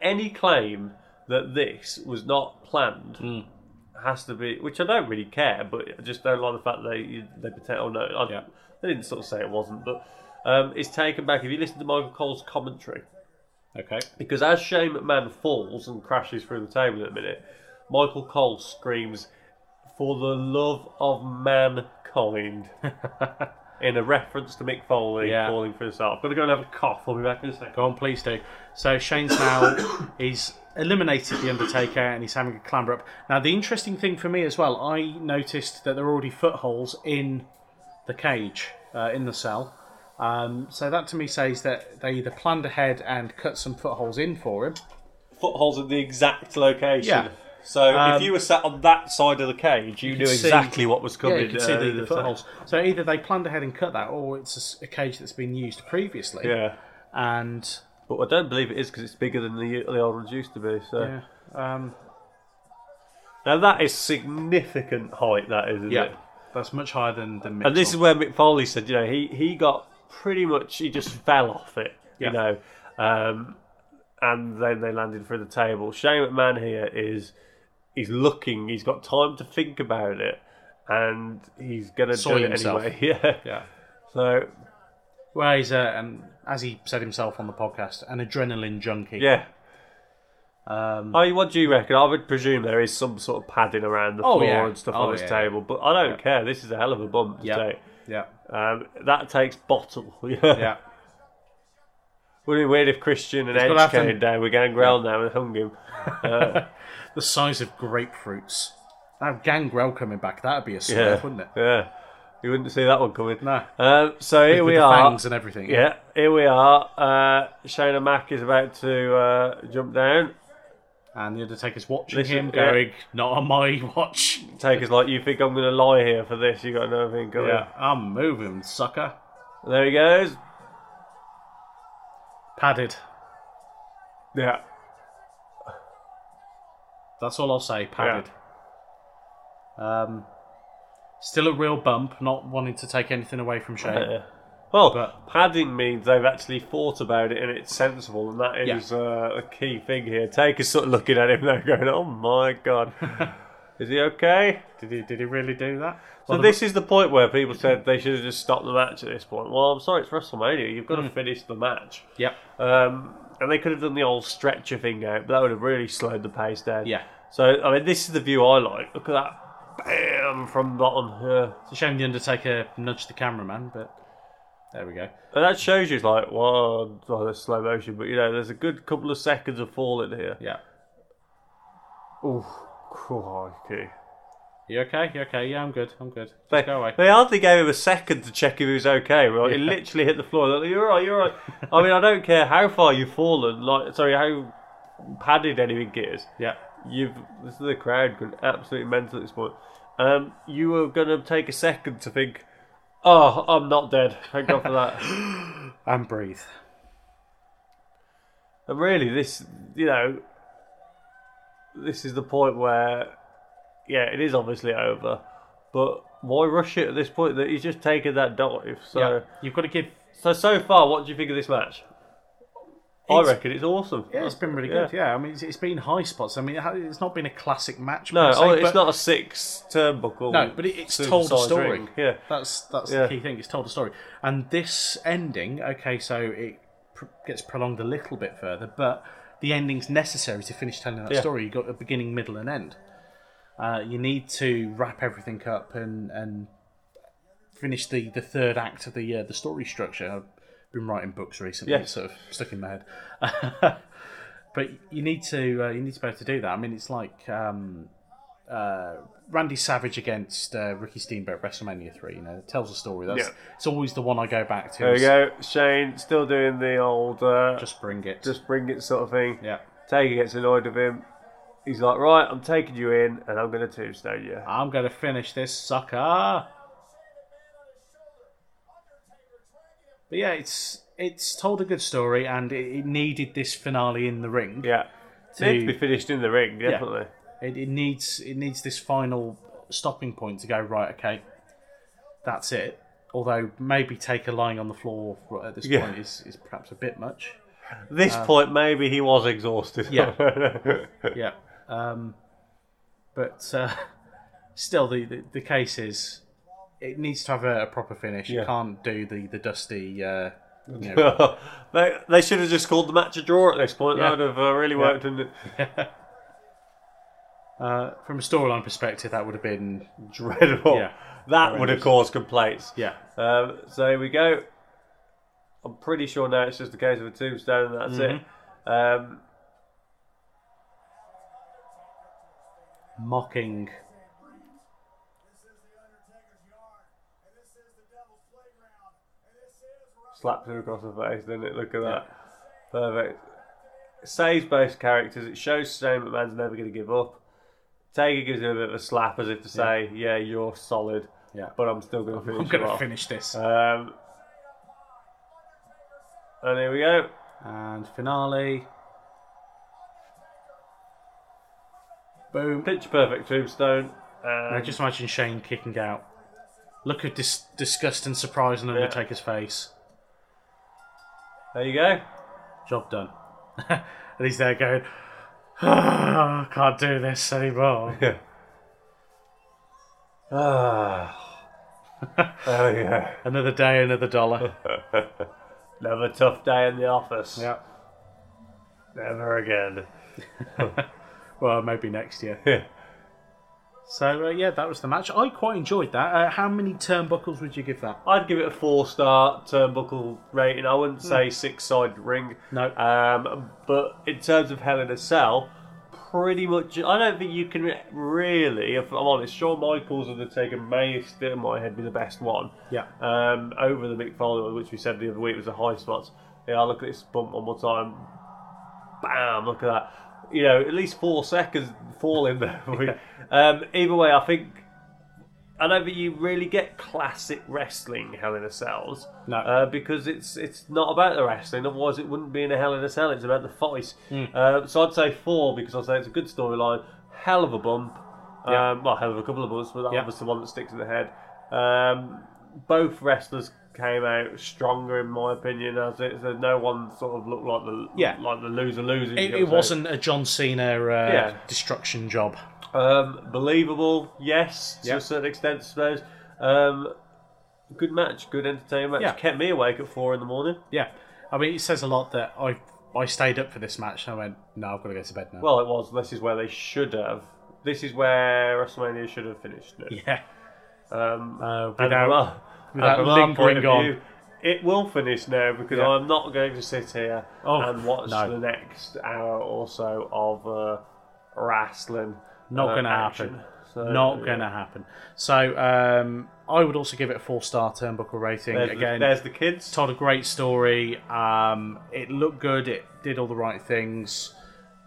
C: any claim that this was not planned.
B: Hmm.
C: Has to be, which I don't really care, but I just don't like the fact they they pretend. Oh no, I,
B: Yeah.
C: they didn't sort of say it wasn't, but um, it's taken back. If you listen to Michael Cole's commentary,
B: Okay. (laughs)
C: because as Shane McMahon falls and crashes through the table in a minute, Michael Cole screams, For the love of
B: (laughs)
C: mankind. in a reference to Mick Foley
B: Yeah.
C: falling through the cell. I'm going to go and have a cough. I'll be back in a second.
B: Go on, please do. So Shane's now (coughs) he's eliminated the Undertaker and he's having a clamber up. Now the interesting thing for me as well, I noticed that there are already footholds in the cage, uh, in the cell. Um, so that to me says that they either planned ahead and cut some footholes in for him.
C: Footholds at the exact location.
B: Yeah.
C: So
B: Um,
C: if you were sat on that side of the cage, you, knew
B: could see-
C: exactly what was
B: Yeah,
C: coming.
B: you can
C: uh,
B: see
C: in
B: the, the
C: cell.
B: footholds. So either they planned ahead and cut that, or it's a s- a, cage that's been used previously.
C: Yeah.
B: And
C: But I don't believe it is because it's bigger than the, the old ones used to be. So.
B: yeah, um,
C: Now that is significant height. That is, isn't
B: Yeah,
C: it?
B: that's much higher than than. Mick
C: And this is
B: Foley.
C: where Mick Foley said, you know, he, he got pretty much, he just fell off it,
B: Yeah.
C: you know, um, and then they landed through the table. Shane McMahon here is, he's looking, he's got time to think about it, and he's going to do
B: Soil
C: it
B: himself.
C: anyway. (laughs) Yeah.
B: yeah.
C: So,
B: Well, he's a, and as he said himself on the podcast, an adrenaline junkie.
C: yeah.
B: Um,
C: I mean, what do you reckon? I would presume there is some sort of padding around the
B: Oh,
C: floor
B: yeah.
C: and stuff
B: Oh,
C: on this
B: yeah.
C: table, but I don't care. This is a hell of a bump to
B: Yeah.
C: take.
B: yeah.
C: Um, that takes bottle. (laughs)
B: Yeah.
C: Would it be weird if Christian and
B: It's gotta
C: Edge
B: happen.
C: came down with Gangrel now and hung him?
B: The size of grapefruits. That gangrel coming back, that'd be a swerve,
C: Yeah,
B: wouldn't it?
C: Yeah, you wouldn't see that one coming.
B: No.
C: Um, so here
B: With
C: we
B: the
C: are.
B: fangs and everything.
C: Yeah, here we are. Uh, Shayna Mack is about to uh, jump down.
B: And the Undertaker's watching
C: Listen,
B: him,
C: yeah.
B: going, "Not on my (laughs) watch."
C: Take us like you think I'm going to lie here for this. You got another thing coming.
B: Yeah, I'm moving, sucker.
C: There he goes.
B: Padded.
C: Yeah.
B: That's all I'll say. Padded. Um, still a real bump. Not wanting to take anything away from Shane.
C: Yeah. Uh, Well,
B: But-
C: padding means they've actually thought about it and it's sensible, and that is uh, a key thing here. Take us sort of looking at him there, going, "Oh my
B: (laughs)
C: god, is he okay?"
B: Did he? Did he really do that?
C: So
B: Well, the-
C: this is the point where people said they should have just stopped the match at this point. Well, I'm sorry, it's WrestleMania. You've got
B: Hmm.
C: to finish the match.
B: Yep.
C: Um, and they could have done the old stretcher thing out, but that would have really slowed the pace down.
B: Yeah.
C: So I mean, this is the view I like. Look at that, bam from bottom. Yeah.
B: It's a shame the Undertaker nudged the cameraman, but there we go.
C: And that shows you it's like, wow, oh, that's slow motion. But you know, there's a good couple of seconds of falling here.
B: Yeah.
C: Oh, crikey.
B: You okay? You okay? Yeah, I'm good. I'm good. Just
C: They,
B: go away.
C: they hardly gave him a second to check if he was okay. Well, he
B: Yeah.
C: literally hit the floor. They're Like, you're right, you're right. I mean, I don't care how far you've fallen. Like, sorry, how padded anything is.
B: Yeah.
C: You've this is the crowd going absolutely mental at this point. Um, you were gonna take a second to think. Oh, I'm not dead. Thank God
B: (laughs)
C: for that.
B: And breathe.
C: and really, this you know, this is the point where, yeah, it is obviously over. But why rush it at this point? That he's just taken that dive. So.
B: Yeah. You've got to give.
C: So so far, what do you think of this match? I
B: It's-
C: reckon it's awesome.
B: Yeah, it's been really
C: Yeah.
B: good. Yeah, I mean, it's, it's been high spots. I mean, it ha- it's not been a classic match.
C: No,
B: per se,
C: oh, it's
B: but-
C: not a six turnbuckle.
B: No, but it, it's
C: super
B: told a
C: size
B: story.
C: ring. Yeah,
B: that's that's
C: Yeah.
B: the key thing. It's told a story, and this ending. Okay, so it pr- gets prolonged a little bit further, but the ending's necessary to finish telling that
C: Yeah.
B: story. You have got a beginning, middle, and end. Uh, you need to wrap everything up and and finish the, the third act of the uh, the story structure. I've been writing books recently.
C: Yeah.
B: It's sort of stuck in my head. (laughs) but you need to uh, you need to be able to do that. I mean, it's like um, uh, Randy Savage against uh, Ricky Steamboat WrestleMania three. You know, it tells a story. That's
C: Yeah.
B: it's always the one I go back to.
C: there we
B: is
C: go. Shane still doing the old uh, just
B: Just bring it.
C: just bring it sort of thing.
B: yeah.
C: Taker gets annoyed with him. He's like, right, I'm taking you in, and I'm going to tombstone you.
B: I'm gonna finish this sucker. But yeah, it's it's told a good story, and it, it needed this finale in the ring.
C: Yeah,
B: To-
C: needs to be finished in the ring, definitely.
B: It, it needs it needs this final stopping point to go right. Okay, that's it. Although maybe Taker lying on the floor right at this
C: Yeah.
B: point is, is perhaps a bit much.
C: This point, maybe he was exhausted.
B: Uh, Yeah. Yeah. Um, but uh, (laughs) still, the, the the case is it needs to have a, a proper finish.
C: Yeah.
B: You can't do the the dusty. Uh, you
C: (laughs)
B: know,
C: (laughs) they they should have just called the match a draw at this point.
B: Yeah.
C: That would have uh, really worked, wouldn't it?
B: uh, from a storyline perspective, that would have been
C: dreadful.
B: Yeah.
C: That would have caused complaints.
B: yeah.
C: Um, so here we go. I'm pretty sure now it's just a case of a tombstone and that's it.
B: Mm-hmm.
C: Um,
B: mocking.
C: slapped him across the face, didn't it? Look at that. Perfect. Saves both characters. It shows Shane McMahon's never going to give up. Taker gives him a bit of a slap as if to say, yeah, you're solid,
B: Yeah.
C: but I'm still going to finish
B: I'm
C: you
B: gonna
C: off."
B: finish this.
C: Um, and here we go.
B: And finale. Boom.
C: Pitch perfect tombstone.
B: I
C: And
B: just imagine Shane kicking out. Look of dis- disgust and surprise on Undertaker's face.
C: there you go.
B: Job done. (laughs) and he's there going, "Ah, I can't do this anymore.
C: Yeah. Ah. oh yeah.
B: another day, another dollar.
C: (laughs) Another tough day in the office.
B: yeah.
C: Never again.
B: Well, maybe next year.
C: Yeah.
B: So, uh, yeah, that was the match. I quite enjoyed that. Uh, how many turnbuckles would you give that?
C: I'd give it a four star turnbuckle rating. I wouldn't say six sided ring.
B: Hmm. No.
C: Um, but in terms of Hell in a Cell, pretty much, I don't think you can re- really, if I'm honest, Shawn Michaels and the Taker may still, in my head, be the best one.
B: Yeah.
C: Um, over the Mick Foley, which we said the other week was a high spot. Yeah, I look at this bump one more time. Bam! Look at that. You know, at least four seconds fall in there. um, either way, I think I don't think you really get classic wrestling Hell in a Cells.
B: No.
C: Uh, because it's it's not about the wrestling. Otherwise, it wouldn't be in a Hell in a Cell. It's about the fight. Uh, so I'd say four because I'd say it's a good storyline. Hell of a bump.
B: Yeah.
C: Um, well, hell of a couple of bumps, but that
B: Yeah.
C: was the one that sticks in the head. Um, both wrestlers came out stronger, in my opinion. As it, so no one sort of looked like the
B: Yeah.
C: like the loser loser. you
B: It,
C: know
B: it
C: what I'm saying?
B: wasn't a John Cena uh,
C: Yeah.
B: destruction job.
C: Um, believable, yes, to
B: Yeah.
C: a certain extent, I suppose. Um, good match, good entertaining match.
B: Yeah.
C: Kept me awake at four in the morning.
B: Yeah. I mean, it says a lot that I I stayed up for this match and I went, no, I've got to go to bed now.
C: Well, it was. This is where they should have. This is where WrestleMania should have finished. No.
B: yeah.
C: Um,
B: Uh,
C: and
B: without-
C: from our-
B: without
C: and from our
B: lingering
C: point of
B: on.
C: view, it will finish now because
B: Yeah.
C: I'm not going to sit here
B: Oh,
C: and watch
B: no.
C: the next hour or so of uh, wrestling.
B: Not
C: uh,
B: gonna
C: action.
B: happen.
C: So,
B: Not
C: yeah.
B: going to happen. So um, I would also give it a four star turnbuckle rating.
C: There's,
B: Again,
C: the, there's the kids.
B: told a great story. Um, it looked good. It did all the right things.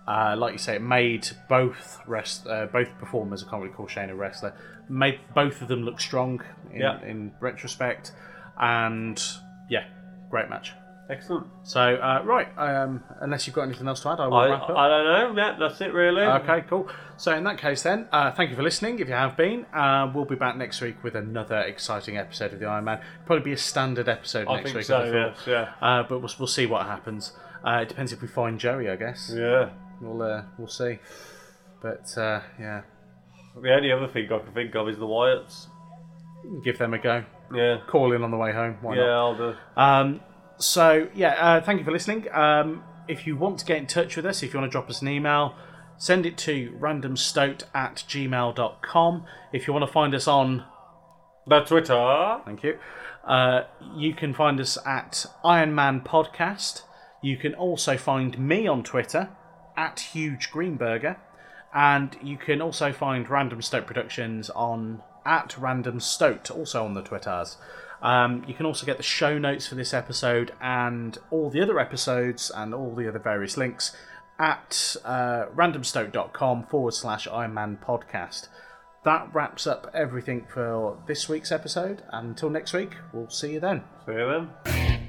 B: Uh, like you say, it made both rest uh, both performers. I can't really call Shane a wrestler. Made both of them look strong in,
C: Yeah.
B: in retrospect, and yeah, great match.
C: Excellent.
B: So uh, right, um, unless you've got anything else to add, I will
C: I,
B: wrap up.
C: I don't know. Yeah, that's it really.
B: Okay, cool. So in that case, then, uh, thank you for listening. If you have been, uh, we'll be back next week with another exciting episode of the Iron Man. Probably be a standard episode
C: I
B: next
C: think
B: week.
C: so.
B: I thought.
C: Yes, yeah.
B: Uh, but we'll, we'll see what happens. Uh, it depends if we find Joey, I guess.
C: Yeah.
B: We'll uh, we'll see. But uh, yeah,
C: The only other thing I can think of is the Wyatts.
B: give them a go.
C: Yeah.
B: Call in on the way home. Why
C: Yeah,
B: not?
C: I'll do.
B: Um, so yeah, uh, thank you for listening. Um, if you want to get in touch with us, if you want to drop us an email, send it to randomstote at gmail.com. If you want to find us on
C: The Twitter.
B: Thank you. Uh, you can find us at Iron Man Podcast. You can also find me on Twitter at Huge Greenberger, and you can also find Random Stoke Productions on at Random Stoke, also on the Twitters. Um, you can also get the show notes for this episode and all the other episodes and all the other various links at uh, randomstoke.com forward slash Iron Man Podcast that wraps up everything for this week's episode. Until next week, we'll see you then.
C: See you then.